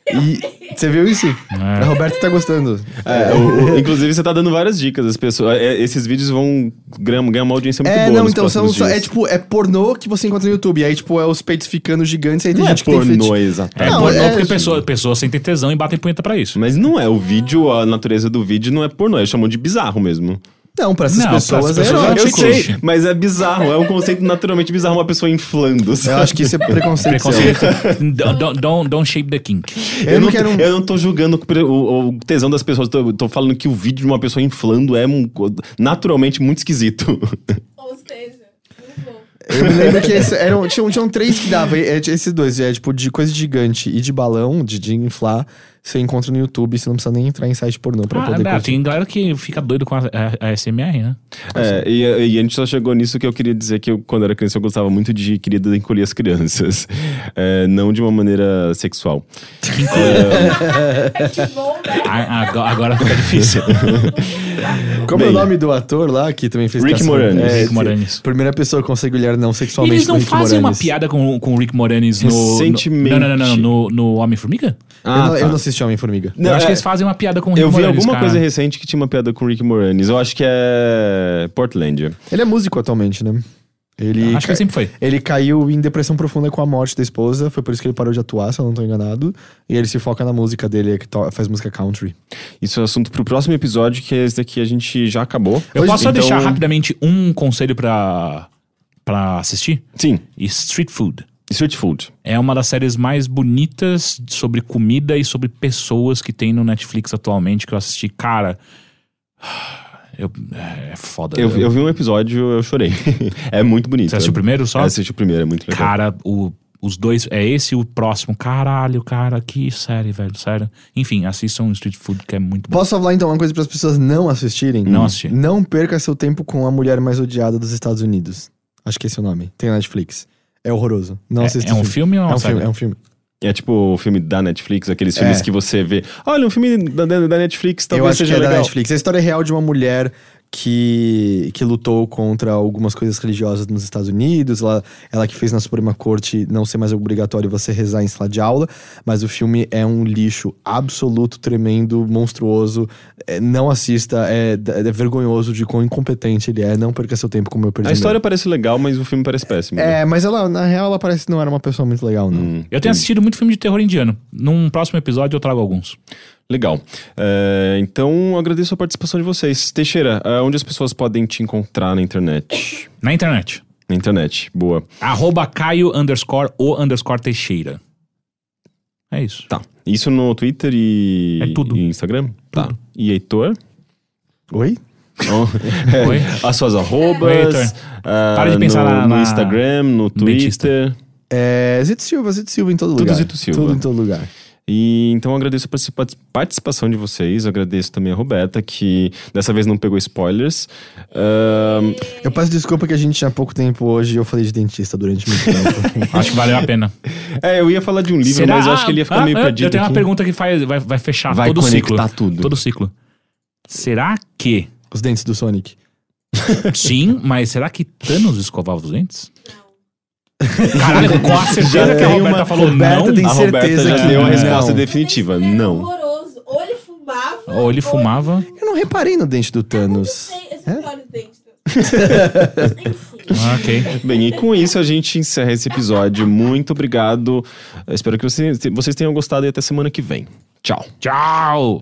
E você viu isso? A Roberta tá gostando.
É, o- o- inclusive, você tá dando várias dicas. As pessoas, é, esses vídeos vão gra- ganhar uma audiência muito
É,
boa.
não,
nos
então são
próximos
só,
dias.
é tipo, é pornô que você encontra no YouTube. E aí, tipo, é os peitos ficando gigantes, aí tem
não é
gente que tem
pornô,
feti-
exato.
É
Não,
pornô
é-
porque pessoa- pessoas sentem tesão e batem punheta pra isso.
Mas não é o vídeo, a natureza do vídeo não é pornô, eles chamam de bizarro mesmo.
Não, pra essas
Não, pra
pessoas,
essas pessoas
é
é
Eu
erótico.
antigo.
sei, mas é bizarro, é um conceito naturalmente bizarro, uma pessoa inflando.
Eu
sabe?
acho que isso é preconceito.
Preconceito. don't, don't- don't, don't shape the kink.
Eu, não quero. um-
eu não tô julgando o pre- o, o tesão das pessoas, tô, tô falando que o vídeo de uma pessoa inflando é um- naturalmente muito esquisito.
Ou seja, não vou.
Eu me lembro que esse, um- eram, tinham, tinham três que dava. é, de- esses dois, é tipo de coisa gigante e de balão, de, de inflar, você encontra no YouTube, você não precisa nem entrar em site pornô pra
Ah,
poder
não,
curtir.
tem galera que fica doido com a, a, a SMR, né?
É, e, e a gente só chegou nisso que eu queria dizer que eu, quando era criança eu gostava muito de querida encolher as crianças. É, não de uma maneira sexual.
Que bom, né?
A- agora- Ah, agora fica difícil.
Como é o
Bem.
nome do ator lá que também fez
Rick
Caça-
Moranis.
É,
Rick Moranis.
Primeira pessoa que consegue olhar não
E
sexualmente.
eles não
pro Rick
fazem uma
Moranis.
piada com, com o Rick Moranis no. no-
Recentemente.
Não, não, não, não, no, no Homem-Formiga?
Eu, não,
tá.
eu não assisti Homem-Formiga.
Não,
Ah, eu acho
é-
que eles fazem uma piada com o Rick
eu vi
Moranis.
alguma
cara.
coisa recente que tinha uma piada com o Rick Moranis. Eu acho que é Portlandia.
Ele é músico atualmente, né? Ele,
Acho que
ca-
ele sempre foi.
ele caiu em depressão profunda com a morte da esposa, foi por isso que ele parou de atuar, se eu não tô enganado. E ele se foca na música dele, que to- faz música country.
Isso é assunto pro próximo episódio, que é esse daqui a gente já acabou.
Eu
Hoje-
posso só
então-
deixar rapidamente um conselho pra, pra assistir?
Sim,
Street Food.
Street Food.
É uma das séries mais bonitas sobre comida e sobre pessoas que tem no Netflix atualmente que eu assisti. Cara. eu- é foda.
Eu, eu vi um episódio, eu chorei. é muito bonito.
Você assistiu primeiro só?
Eu assisti o primeiro, é muito legal.
Cara, o- os dois. É esse e o próximo. Caralho, cara, que série, velho. Sério. Enfim, assistam Street Food, que é muito bom.
Posso falar então uma coisa para as pessoas não assistirem?
Não assistir.
Não perca seu tempo com a mulher mais odiada dos Estados Unidos. Acho que esse é o nome. Tem na Netflix. É horroroso. Não
É-
assista.
é, um
esse
filme ou
É
uma
um
série?
filme, é um filme.
É tipo o filme da Netflix, aqueles filmes
É.
que você vê. Olha, um filme da, da- da Netflix
eu
talvez
acho que
seja
é da
legal.
Netflix. É a história real de uma mulher que, que lutou contra algumas coisas religiosas nos Estados Unidos. Ela, ela que fez na Suprema Corte não ser mais obrigatório você rezar em sala de aula. Mas o filme é um lixo absoluto, tremendo, monstruoso. É, não assista, é, é vergonhoso de quão incompetente ele é. Não perca seu tempo como eu perdi.
A história parece legal, mas o filme parece péssimo. né?
É, mas ela, na real, ela parece que não era uma pessoa muito legal, não.
Hum.
Eu tenho assistido muito filme de terror indiano. Num próximo episódio eu trago alguns.
Legal. É, então, agradeço a participação de vocês. Teixeira, é, onde as pessoas podem te encontrar na internet?
Na internet.
Na internet, boa.
Arroba Caio underscore o underscore Teixeira. É isso.
Tá. Isso no Twitter e,
É tudo.
e Instagram? Tá. E Heitor?
Oi?
Ó,
Oi?
As suas
Oi,
arrobas.
Heitor.
ah,
Para de pensar
no,
na-
no
na-
Instagram, no
Dentista.
Twitter.
É, Zito Silva, Zito Silva em todo
Tudo
lugar.
Zito Silva.
Tudo em todo lugar.
E então eu agradeço a participa- participação de vocês, eu agradeço também a Roberta, que dessa vez não pegou spoilers. Ahn,
Eu peço desculpa que a gente tinha pouco tempo hoje e eu falei de dentista durante muito tempo.
Acho que valeu a pena.
é, eu ia falar de um livro,
Será?
mas eu acho que ele ia ficar
Ah,
meio
ah,
perdido.
Eu tenho uma
aqui.
pergunta que faz, vai, vai fechar
Vai
todo o ciclo.
conectar tudo.
Todo o ciclo. Será que.
Os dentes do Sonic.
Sim, mas será que Thanos escovava os dentes? Caralho, com a certeza
Já
que
tem
a Roberta
uma-
falou
Roberta
não.
tem
A Roberta
certeza
já
que
deu a
não.
resposta definitiva.
Esse cara é
Não.
Horroroso. Ou ele fumava.
Ou ele fumava.
Eu não reparei no dente do Thanos.
Sei, esse é o pior dente. Enfim.
Ah, ok.
Bem, e com isso a gente encerra esse episódio. Muito obrigado. Espero que vocês, vocês tenham gostado e até semana que vem. Tchau.
Tchau!